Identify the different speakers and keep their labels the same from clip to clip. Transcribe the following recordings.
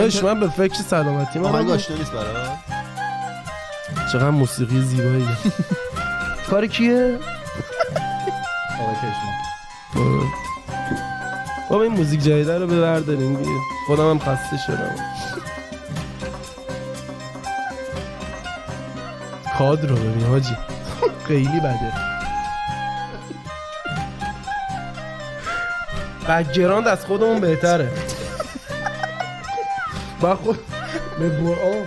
Speaker 1: داداش من به فکر سلامتی من
Speaker 2: آهنگ آشنا نیست برای من
Speaker 1: چقدر موسیقی زیبایی کار کیه؟
Speaker 3: آقای کرشما
Speaker 1: خب. بابا این موزیک جدیده رو برداریم دیگه خودم هم خسته شدم کاد رو ببین حاجی خیلی بده بگراند از خودمون بهتره با خود به برآن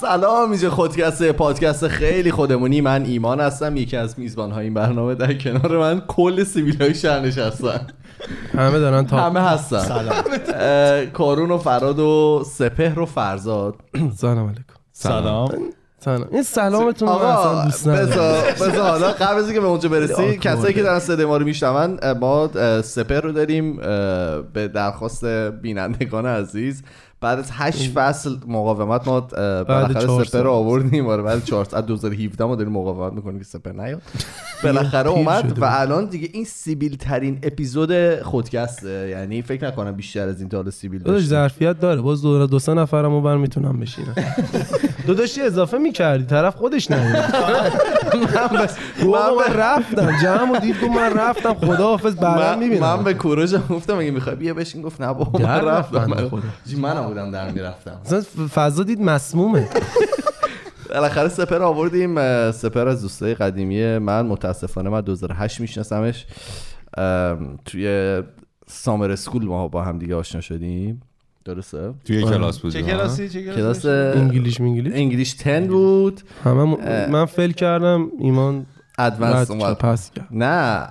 Speaker 2: سلام اینجا خودکسته پادکست خیلی خودمونی من ایمان هستم یکی از میزبان های این برنامه در کنار من کل سیبیل های شهر نشستن
Speaker 1: همه دارن تا
Speaker 2: همه هستن
Speaker 3: خب. سلام
Speaker 2: اه، کارون و فراد و سپهر و فرزاد
Speaker 1: سلام علیکم
Speaker 3: سلام
Speaker 1: سلام این سلامتون رو من اصلا دوست ندارم
Speaker 2: بذار بذار حالا قبل از اینکه به اونجا برسی
Speaker 1: خیلی
Speaker 2: کسایی
Speaker 1: آکوارده.
Speaker 2: که دارن صدای ما رو میشنون اه، ما اه، سپر رو داریم اه، به درخواست بینندگان عزیز بعد از هشت فصل مقاومت ما اه، بالاخره
Speaker 1: چهار
Speaker 2: سپر
Speaker 1: سال.
Speaker 2: رو آوردیم آره بعد 4 از 2017 ما داریم مقاومت میکنیم که سپر نیاد بالاخره
Speaker 1: پیر
Speaker 2: اومد
Speaker 1: شده
Speaker 2: و
Speaker 1: بود.
Speaker 2: الان دیگه این سیبیل ترین اپیزود خودکسته یعنی فکر نکنم بیشتر از این تا حالا سیبیل
Speaker 1: داداش
Speaker 2: داشتیم.
Speaker 1: ظرفیت داره باز دو دو سه نفرمو بر میتونم بشینم داداش یه اضافه میکردی طرف خودش ندید
Speaker 2: من
Speaker 1: من,
Speaker 2: به-
Speaker 1: من رفتم جمع و دید گفت من رفتم خدا حافظ بعدا
Speaker 2: من,
Speaker 1: میبینم
Speaker 2: من به کوروش هم گفتم اگه میخوای بیا بشین گفت نه بابا من
Speaker 1: در رفت
Speaker 2: رفتم
Speaker 1: بنده
Speaker 2: من
Speaker 1: خدا.
Speaker 2: جی، منم بودم در میرفتم
Speaker 1: اصلا فضا دید مسمومه
Speaker 2: بالاخره سپر آوردیم اه، سپر از دوستای قدیمی من متاسفانه من 2008 میشناسمش ام، توی سامر اسکول ما با هم دیگه آشنا شدیم درسته
Speaker 4: توی
Speaker 3: آره.
Speaker 4: کلاس بودی
Speaker 3: چه
Speaker 4: ها؟
Speaker 3: کلاسی چه
Speaker 2: کلاس
Speaker 3: کلاسی
Speaker 1: انگلیش انگلیش
Speaker 2: انگلیش 10 بود
Speaker 1: همه م- من فیل کردم ایمان
Speaker 2: ادوانس
Speaker 1: رد کرد،
Speaker 2: اومد
Speaker 1: پس کرد
Speaker 2: نه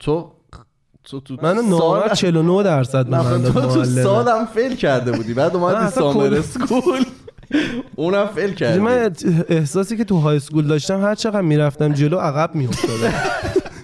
Speaker 2: تو تو تو
Speaker 1: من نامر 49 درصد به من
Speaker 2: نه
Speaker 1: داد
Speaker 2: تو تو
Speaker 1: معلمه.
Speaker 2: سالم فیل کرده بودی بعد
Speaker 1: نه،
Speaker 2: اومدی
Speaker 1: اصلا
Speaker 2: سامر
Speaker 1: کلا.
Speaker 2: اسکول اونم فیل کردی
Speaker 1: من احساسی که تو های اسکول داشتم هر چقدر میرفتم جلو عقب میافتادم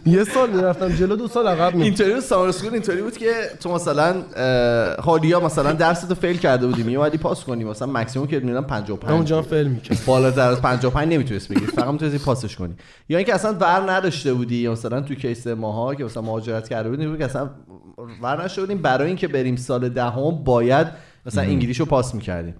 Speaker 1: یه سال میرفتم جلو دو سال عقب میافتادم
Speaker 2: اینطوری بود سامر اسکول اینطوری بود که تو مثلا اه، حالیا مثلا درس تو فیل کرده بودی میومدی پاس کنی مثلا مکسیموم که میدونم 55
Speaker 1: اونجا فیل میکرد
Speaker 2: بالاتر از 55 نمیتونست بگیری فقط میتونستی پاسش کنی یا اینکه اصلا ور نداشته بودی یا مثلا تو کیس ماها که مثلا مهاجرت کرده بودیم بود که اصلا ور نشده بودیم برای اینکه بریم سال دهم باید مثلا انگلیش رو پاس میکردیم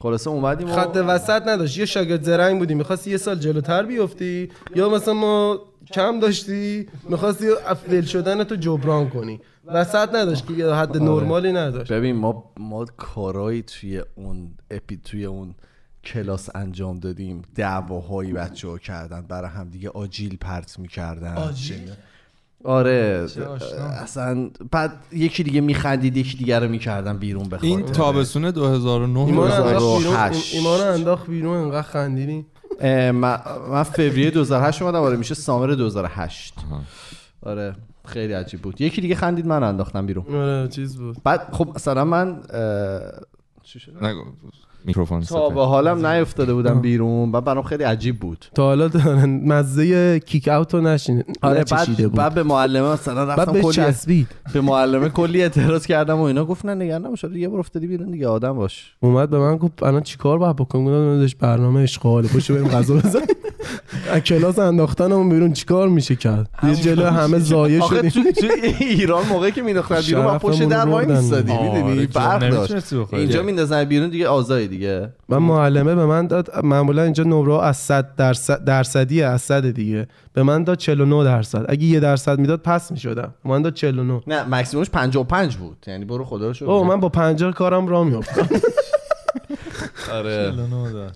Speaker 2: خلاصه اومدیم و
Speaker 1: خط وسط نداشت یه شاگرد زرنگ بودی میخواستی یه سال جلوتر بیفتی یا مثلا ما کم داشتی میخواستی افل شدن تو جبران کنی وسط نداشت که یه
Speaker 2: آره.
Speaker 1: حد نرمالی نداشت
Speaker 2: ببین ما ما کارایی توی اون اپی توی اون کلاس انجام دادیم دعواهایی بچه ها کردن برای همدیگه آجیل پرت میکردن آره
Speaker 3: آشنا.
Speaker 2: اصلا بعد یکی دیگه میخندید یکی دیگه رو میکردن بیرون بخواد
Speaker 4: این تابستون 2009
Speaker 1: ایمان انداخت بیرون
Speaker 2: 2008.
Speaker 1: ایمان انداخت بیرون انقدر خندیدی
Speaker 2: من, من فوریه 2008 اومدم آره میشه سامر 2008 آره خیلی عجیب بود یکی دیگه خندید من انداختم بیرون
Speaker 1: آره چیز بود
Speaker 2: بعد خب مثلا من اه، چی شد؟
Speaker 4: نگو. میکروفون
Speaker 2: تا
Speaker 4: سپر
Speaker 2: به حالم نیفتاده بودم بیرون و برام خیلی عجیب بود
Speaker 1: تا حالا دارن مزه کیک اوت رو نشین
Speaker 2: آره
Speaker 1: نچشیده
Speaker 2: بعد,
Speaker 1: بود
Speaker 2: بعد به معلمه مثلا
Speaker 1: بعد
Speaker 2: رفتم
Speaker 1: به
Speaker 2: کلی
Speaker 1: چسبید
Speaker 2: به معلمه کلی اعتراض کردم و اینا گفت نه نگران نباش آره، یه بار افتادی بیرون دیگه آدم باش
Speaker 1: اومد به من گفت الان چیکار باید بکنم گفتم داداش برنامه اشغاله پشت بریم غذا بزنیم از کلاس انداختنمون بیرون چیکار میشه کرد یه جلو همه زایه
Speaker 2: آخه
Speaker 1: شدیم
Speaker 2: تو, تو ایران موقعی که مینداختن بیرون من پشت
Speaker 1: شرفمون
Speaker 2: در وای
Speaker 1: بردن.
Speaker 2: میستادی میدونی
Speaker 3: آره،
Speaker 2: فرق داشت
Speaker 3: نمیتونستی بخوری.
Speaker 2: اینجا میندازن بیرون دیگه آزادی دیگه
Speaker 1: و معلمه به من داد معمولا اینجا نمره از 100 درصد درصدیه از صد دیگه به من داد 49 درصد اگه یه درصد میداد پس میشدم من داد 49
Speaker 2: نه مکسیمومش 55 بود یعنی برو خدا رو شکر
Speaker 1: او من با 50 کارم را میافتم
Speaker 2: آره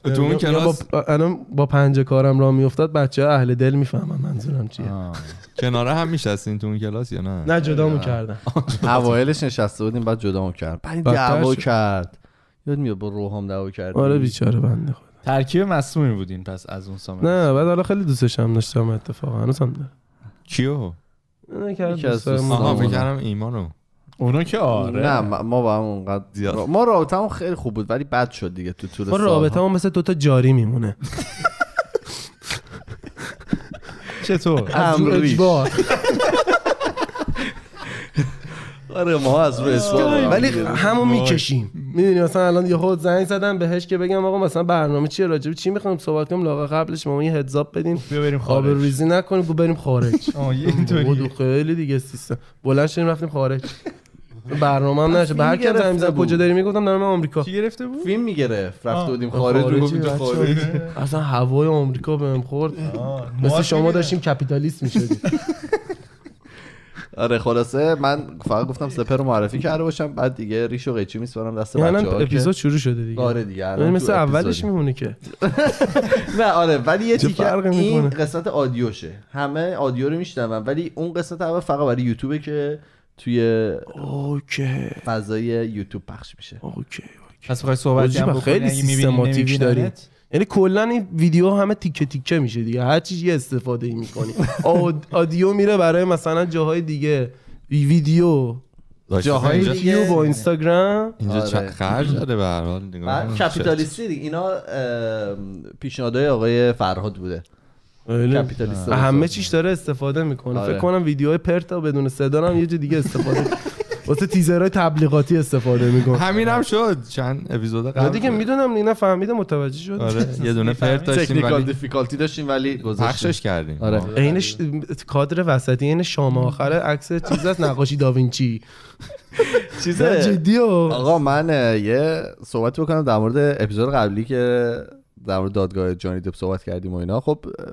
Speaker 4: تو اون کلاس
Speaker 1: با الان با 50 کارم را میافتاد بچه اهل دل میفهمن منظورم چیه
Speaker 4: کناره هم میشستین تو اون کلاس یا نه
Speaker 1: نه جدامون کردن
Speaker 2: اوایلش نشسته بودیم بعد جدامون کرد بعد این
Speaker 1: بدتر
Speaker 2: دعوا
Speaker 1: شد.
Speaker 2: کرد یاد میاد با روحام دعوا کرد یعنی-
Speaker 1: آره بیچاره بنده خدا
Speaker 3: ترکیب مصومی بودین پس از اون سامر
Speaker 1: نه بعد حالا خیلی دوستش هم داشتم اتفاقا هنوز هم دارم.
Speaker 4: کیو
Speaker 1: نه که
Speaker 2: یکی از
Speaker 1: دوستای ما
Speaker 4: آها
Speaker 1: دارم.
Speaker 4: فکر کردم ایمانو
Speaker 3: اونو که آره
Speaker 2: نه ما ما با هم اونقدر
Speaker 4: زیاد.
Speaker 2: ما رابطمون خیلی خوب بود ولی بد شد دیگه تو طول
Speaker 1: ما
Speaker 2: سال‌ها.
Speaker 1: رابطه ما مثل دوتا جاری میمونه
Speaker 3: چطور
Speaker 1: از رو
Speaker 2: همریش.
Speaker 1: اجبار
Speaker 2: آره ما از آره. رو اصرار
Speaker 1: ولی
Speaker 2: ولی
Speaker 1: همو میکشیم میدونی مثلا الان یه خود زنگ زدم بهش که بگم آقا مثلا برنامه چیه راجب چی میخوایم صحبت کنیم لاغا قبلش ما یه هدزاب بدیم
Speaker 3: بیا بریم
Speaker 1: آب
Speaker 3: خارج
Speaker 1: ریزی نکنیم گو بریم خارج
Speaker 3: آه، یه
Speaker 1: بودو
Speaker 3: اینطوری
Speaker 1: خیلی دیگه سیستم بلند شدیم رفتیم خارج برنامه هم نشه به هر کی
Speaker 2: فیلم
Speaker 1: زنگ می‌زدم
Speaker 2: گرفته بود.
Speaker 1: کجا داری میگفتم دارم من آمریکا
Speaker 3: کی گرفته بود
Speaker 2: فیلم میگرفت رفته
Speaker 3: آه.
Speaker 2: بودیم خارج میگفتیم
Speaker 1: خارجی،
Speaker 2: تو خارج
Speaker 1: بچه‌ها. اصلا هوای آمریکا بهم خورد مثل شما داشتیم کپیتالیست میشدیم
Speaker 2: آره خلاصه من فقط گفتم سپر رو معرفی کرده باشم بعد دیگه ریش و قیچی میسپارم دست
Speaker 1: یعنی
Speaker 2: بچه‌ها
Speaker 1: الان
Speaker 2: که-
Speaker 1: اپیزود شروع شده دیگه
Speaker 2: آره دیگه الان
Speaker 1: یعنی
Speaker 2: تو
Speaker 1: مثل
Speaker 2: اپیزودیم.
Speaker 1: اولش میمونه که
Speaker 2: نه آره ولی یه
Speaker 1: چه
Speaker 2: تیکه
Speaker 1: فرقی
Speaker 2: این
Speaker 1: می‌کنه؟
Speaker 2: قسمت آدیوشه همه آدیو رو میشنون ولی اون قسمت اول فقط برای یوتیوبه که توی
Speaker 1: اوکی
Speaker 2: فضای یوتیوب پخش میشه
Speaker 1: اوکی
Speaker 3: پس می‌خوای صحبت
Speaker 1: حاجی،
Speaker 3: هم
Speaker 1: من
Speaker 3: بکنی
Speaker 1: خیلی
Speaker 3: اگه می‌بینی،
Speaker 1: سیستماتیک
Speaker 3: نمی‌بینمت؟
Speaker 1: داری. یعنی کلا این ویدیو همه تیکه تیکه میشه دیگه هر چیز یه استفاده ای میکنی آدیو میره برای مثلا جاهای دیگه ویدیو
Speaker 4: داشت.
Speaker 2: جاهای
Speaker 4: اینجا-
Speaker 2: دیگه.
Speaker 1: یوتیوب و اینستاگرام
Speaker 4: اینجا
Speaker 2: آره.
Speaker 4: چ- خرج داره به هر حال نگاه
Speaker 2: بعد
Speaker 4: کن.
Speaker 2: کپیتالیستی دیگه اینا ام، پیشنهادهای آقای فرهاد بوده یعنی. کپیتالیست
Speaker 1: بله. آره. همه چیش داره استفاده میکنه
Speaker 2: آره.
Speaker 1: فکر کنم ویدیوهای پرتا بدون صدا هم یه جا دیگه استفاده واسه تیزرهای تبلیغاتی استفاده میکنه
Speaker 4: همین هم شد چند اپیزود
Speaker 1: نه
Speaker 4: قبل
Speaker 1: دیگه میدونم اینا فهمیده متوجه شد
Speaker 4: آره یه دونه فرد داشتیم
Speaker 2: تکنیکال
Speaker 4: ولی
Speaker 2: دیفیکالتی داشتیم ولی گذاشتیم
Speaker 4: پخشش کردیم
Speaker 2: آره.
Speaker 4: آه.
Speaker 1: عین ش- کادر وسطی عین شام آخر عکس چیز از نقاشی داوینچی نه،
Speaker 2: چیزه
Speaker 1: جدی ها.
Speaker 2: آقا من اه، یه صحبت بکنم در مورد اپیزود قبلی که در مورد دادگاه جانی دپ صحبت کردیم و اینا خب اه،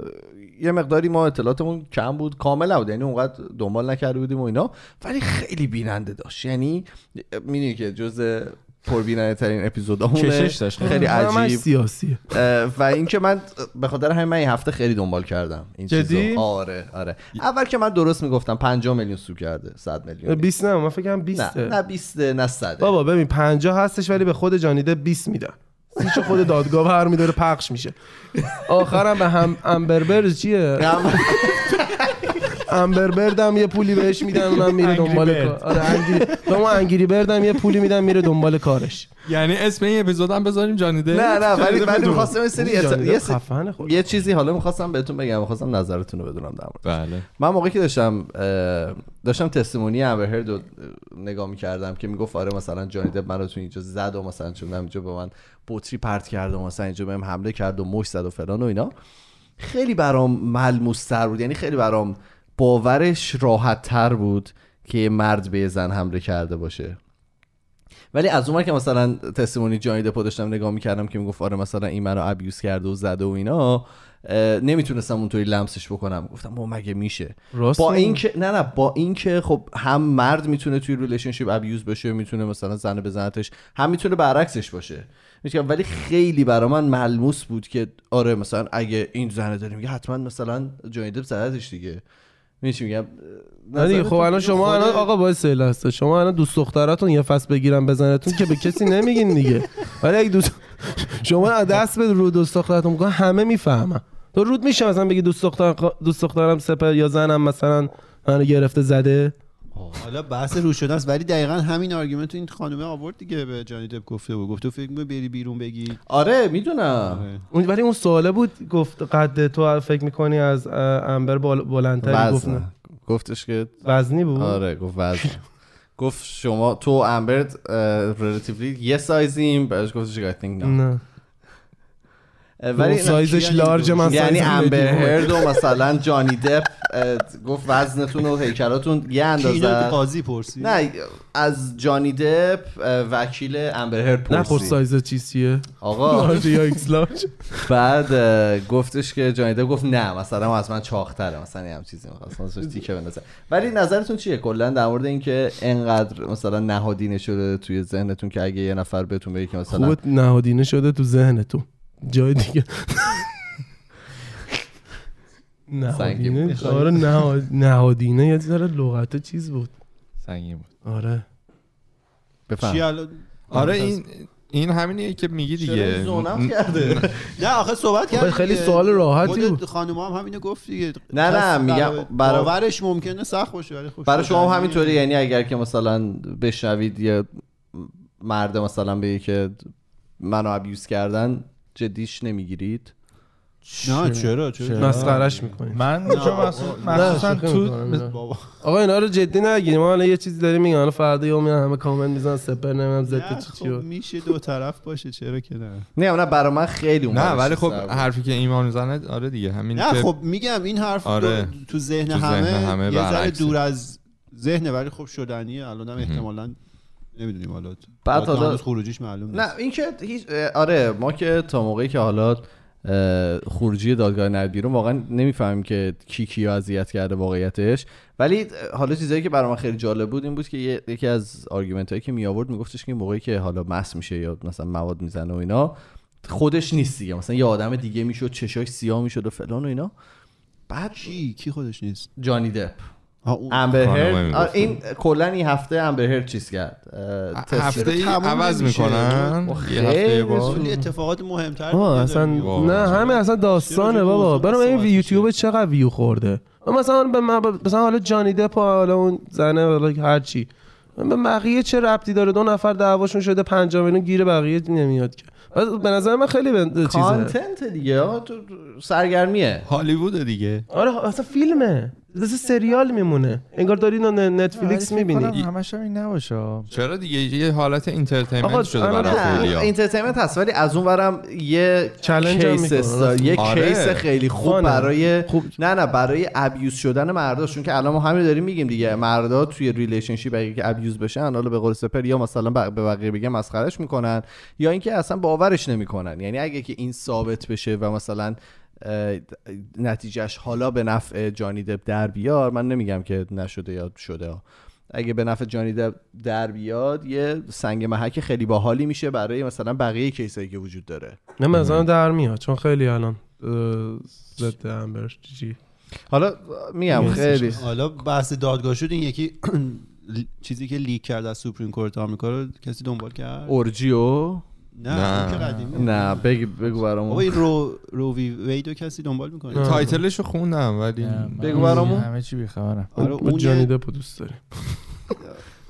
Speaker 2: یه مقداری ما اطلاعاتمون کم بود کامل نبود یعنی اونقدر دنبال نکرده بودیم و اینا ولی خیلی بیننده داشت یعنی میدونی که جز پربیننده ترین اپیزودامونه
Speaker 3: کشش داشت.
Speaker 2: خیلی
Speaker 1: همش
Speaker 2: عجیب
Speaker 1: سیاسیه
Speaker 2: اه، و اینکه من به خاطر همین من این هفته خیلی دنبال کردم این
Speaker 3: جدی؟
Speaker 2: چیزو آره آره اول که من درست میگفتم 50 میلیون سو کرده 100 میلیون
Speaker 1: 20 نه من فکرم
Speaker 2: نه
Speaker 1: 20
Speaker 2: نه 20 نه 100
Speaker 1: بابا ببین 50 هستش ولی به خود جانیده 20 میدن سیچ خود دادگاه هر میداره پخش میشه آخرم به هم امبربرز چیه امبر بردم یه پولی بهش میدن اونم میره
Speaker 3: انگری
Speaker 1: دنبال
Speaker 3: برد.
Speaker 1: کار آره انگری به ما انگری بردم یه پولی میدن میره دنبال کارش
Speaker 4: یعنی اسم این اپیزود هم بذاریم جانیده
Speaker 2: نه نه ولی ولی می‌خواستم یه سری
Speaker 1: جانیده
Speaker 2: یه سری-
Speaker 1: خفن خود
Speaker 2: یه چیزی حالا میخواستم بهتون بگم میخواستم نظرتون رو بدونم در مورد
Speaker 4: بله
Speaker 2: من موقعی که داشتم اه، داشتم تستمونی امبر هرد رو نگاه میکردم که میگفت آره مثلا جانی دپ من رو تو اینجا زد و مثلا چون اینجا به من بطری پرت کرد و مثلا اینجا بهم حمله کرد و مش زد و فلان و اینا خیلی برام ملموس تر بود یعنی خیلی برام باورش راحت تر بود که یه مرد به یه زن حمله کرده باشه ولی از اون ور که مثلا تستمونی جانی دپو داشتم نگاه میکردم که میگفت آره مثلا این منو ابیوز کرده و زده و اینا اه، نمیتونستم اونطوری لمسش بکنم گفتم با مگه میشه
Speaker 1: راست
Speaker 2: با
Speaker 1: میگی.
Speaker 2: اینکه نه نه با اینکه خب هم مرد میتونه توی ریلیشنشیپ ابیوز بشه میتونه مثلا زن بزنتش هم میتونه برعکسش باشه می‌گم ولی خیلی برا من ملموس بود که آره مثلا اگه این زنه داره میگه حتما مثلا جانی دپ زدتش دیگه می‌دونی چی میگم
Speaker 1: نه دیگه خب الان شما الان آقا باید سهل هست شما الان دوست دختراتون یه فصل بگیرن بزنتون که به کسی نمیگین دیگه ولی اگه دوست شما از دست به رو دوست دخترتون میگن همه میفهمن تو رود میشه مثلا بگی دوست دختر دوست دخترم سپر یا زنم مثلا منو گرفته زده
Speaker 5: حالا بحث رو شدن است ولی دقیقا همین آرگومنت رو این خانومه آورد دیگه به جانی دپ گفته بود گفته فکر می‌کنی بری بیرون بگی
Speaker 2: آره میدونم
Speaker 1: اون- ولی اون سواله بود گفت قد تو فکر میکنی از اه، انبر بال- بلندتری گفت نه.
Speaker 2: وزن گفتش که
Speaker 1: وزنی بود
Speaker 2: آره گفت وزن گفت شما تو امبرت ریلیتیولی یه سایزیم بهش گفتش که I think no.
Speaker 1: نه
Speaker 2: اه،
Speaker 1: ولی
Speaker 2: ولی
Speaker 1: سایزش
Speaker 5: یعنی
Speaker 1: لارج من خب.
Speaker 2: یعنی
Speaker 1: سایزم
Speaker 2: امبر
Speaker 1: medium.
Speaker 2: هرد و مثلا جانی دپ اه، گفت وزنتون و هیکلاتون یه
Speaker 5: که اینو
Speaker 2: اندازه
Speaker 5: قاضی پرسی
Speaker 2: نه از جانی دپ اه، وکیل امبر هرد
Speaker 1: نه پر
Speaker 2: پرسید
Speaker 1: سایز چیزیه
Speaker 2: آقا
Speaker 1: لارج یا ایکس لارج
Speaker 2: بعد اه، گفتش که جانی دپ گفت نه مثلا از من چاقتره مثلا یه هم چیزی می‌خواستم ازش تیکه بندازم ولی نظرتون چیه کلا در مورد اینکه انقدر مثلا نهادینه شده توی ذهنتون که اگه یه نفر بهتون بگه که مثلا
Speaker 1: خوبت نهادینه شده تو ذهن تو جای دیگه
Speaker 2: سنگین
Speaker 1: نهادینه
Speaker 2: بود.
Speaker 1: آره نهاد- نهادینه یه ذره لغت چیز بود
Speaker 3: سنگین بود
Speaker 1: آره
Speaker 5: چی
Speaker 2: بفهم
Speaker 5: الان؟
Speaker 4: آره این این همینیه که میگی دیگه
Speaker 2: زونم کرده
Speaker 5: نه آخه
Speaker 3: خب،
Speaker 5: صحبت کرد
Speaker 1: ولی خیلی
Speaker 5: دیگه.
Speaker 1: سوال راحتی
Speaker 5: خود
Speaker 1: بود
Speaker 5: خانوما هم همینو گفت دیگه
Speaker 2: نه،
Speaker 5: کس
Speaker 2: میگم
Speaker 5: برا-
Speaker 2: برا-
Speaker 5: باورش ممکنه سخت باشه ولی خب
Speaker 2: برای شما هم
Speaker 5: شدنیه.
Speaker 2: همینطوری یعنی اگر که مثلا بشنوید یه مرد مثلا بگه که منو ابیوز کردن جدیش نمیگیرید
Speaker 5: نه چرا چرا
Speaker 1: مسخرش میکنی
Speaker 3: من چون مخصوص- مخصوصا
Speaker 1: نه، شوخی
Speaker 3: تو
Speaker 1: می‌کنم، نه.
Speaker 5: بابا
Speaker 1: آقا اینا رو جدی نگیریم ما الان یه چیزی داریم میگن حالا فردا یهو میان همه کامنت میزنن سپر نمیدونم
Speaker 5: نه،
Speaker 1: زد چی
Speaker 5: خب
Speaker 1: چی بود.
Speaker 5: میشه دو طرف باشه چرا که نه
Speaker 2: نه نه برای من خیلی اون
Speaker 4: نه
Speaker 2: برای
Speaker 4: ولی
Speaker 2: چیز
Speaker 4: خب
Speaker 2: سر بود.
Speaker 4: حرفی که ایمان میزنه آره دیگه همین
Speaker 5: نه
Speaker 4: که
Speaker 5: خب میگم این حرف
Speaker 4: آره.
Speaker 5: دو- تو ذهن
Speaker 4: تو ذهن
Speaker 5: همه,
Speaker 4: همه
Speaker 5: یه ذره
Speaker 4: برعکسه.
Speaker 5: دور از ذهن ولی خب شدنیه الان هم احتمالا نمیدونیم حالا
Speaker 2: بعد حالا-
Speaker 5: هنوز خروجیش معلوم نیست
Speaker 2: نه این که هیچ اه، آره ما که تا موقعی که حالا اه، خروجی دادگاه نیاد بیرون واقعا نمیفهمیم که کی کیو اذیت کرده واقعیتش ولی اه، حالا چیزایی که برای من خیلی جالب بود این بود که یه- یکی از آرگومنت هایی که می آورد میگفتش که موقعی که حالا مس میشه یا مثلا مواد میزنه و اینا خودش نیست دیگه مثلا یه آدم دیگه میشد چشاش سیاه میشد و فلان و اینا بعد
Speaker 5: کی کی خودش نیست
Speaker 2: جانی دپ
Speaker 5: آه، اون-
Speaker 2: امبر
Speaker 4: خانمه
Speaker 2: هرد
Speaker 4: میگفت.
Speaker 2: آه، این کلا این هفته امبر هرد چیز کرد اه، تست
Speaker 4: هفته ای
Speaker 5: تموم
Speaker 4: عوض
Speaker 5: نمیشه.
Speaker 4: میکنن
Speaker 2: اوه،
Speaker 4: یه هفته
Speaker 2: خیلی
Speaker 4: یه بار
Speaker 5: ولی اتفاقات
Speaker 1: آه
Speaker 5: مهمتر بوده
Speaker 1: اصلا
Speaker 5: داره.
Speaker 4: واقعا
Speaker 1: نه
Speaker 4: شده.
Speaker 1: همه اصلا
Speaker 5: چرا
Speaker 1: داستانه
Speaker 5: راجع به
Speaker 1: بابا
Speaker 5: موضوع
Speaker 1: برام این
Speaker 5: صحبت
Speaker 1: یوتیوب چقدر ویو خورده من مثلا حالا به من مثلا حالا جانی دپ و حالا اون زنه حالا هر چی من به بقیه چه ربطی داره دو نفر دعواشون شده 5 میلیون گیر بقیه نمیاد که بس به نظر من خیلی به چیزه
Speaker 2: کانتنت دیگه آه، تو سرگرمیه
Speaker 4: هالیوود دیگه
Speaker 1: آره اصلا فیلمه مثل سریال میمونه انگار داری اینو ن- نتفلیکس
Speaker 4: آره،
Speaker 1: میبینی
Speaker 3: همش هم این نباشه
Speaker 4: چرا دیگه یه حالت
Speaker 1: آقا،
Speaker 4: اینترتینمنت شده
Speaker 1: آره،
Speaker 4: برای
Speaker 2: نه
Speaker 4: خیلیا
Speaker 2: اینترتینمنت هست ولی از اون برم یه
Speaker 1: چالنج هم
Speaker 2: کیس
Speaker 1: میکنه.
Speaker 2: استا- یه
Speaker 4: آره.
Speaker 2: کیس خیلی خوب
Speaker 1: خانه.
Speaker 2: برای
Speaker 1: خوب.
Speaker 2: نه نه برای ابیوز شدن مردا چون که الان ما همین داریم میگیم دیگه مردا توی ریلیشنشیپ اگه که ابیوز بشن حالا به قول سپر یا مثلا ب- به بقیه بگن مسخرش میکنن یا اینکه اصلا باورش نمیکنن یعنی اگه که این ثابت بشه و مثلا اه، نتیجهش حالا به نفع جانی دپ در بیار من نمیگم که نشده یا شده ها. اگه به نفع جانی دپ در بیاد یه سنگ محک خیلی باحالی میشه برای مثلا بقیه کیسایی که وجود داره
Speaker 1: نه مثلا در میاد چون خیلی الان اه، ضد امبرش چی چی
Speaker 2: حالا میگم خیلی
Speaker 5: حالا بحث دادگاه شد این یکی چیزی که لیک کرد از سوپریم کورت آمریکا رو کسی دنبال کرد
Speaker 2: اورجیو
Speaker 5: نه
Speaker 4: نه.
Speaker 5: اون که قدیمی بود.
Speaker 2: نه بگو بگو
Speaker 5: بابا
Speaker 2: برامون
Speaker 5: این رو روی ویدو کسی دنبال میکنه
Speaker 1: نه.
Speaker 4: تایتلش رو خوندم ولی
Speaker 2: بگو برامون.
Speaker 3: همه چی بیخبرم
Speaker 5: آره
Speaker 1: با
Speaker 5: اون
Speaker 1: جانی
Speaker 5: یه-
Speaker 1: دپ رو دوست داری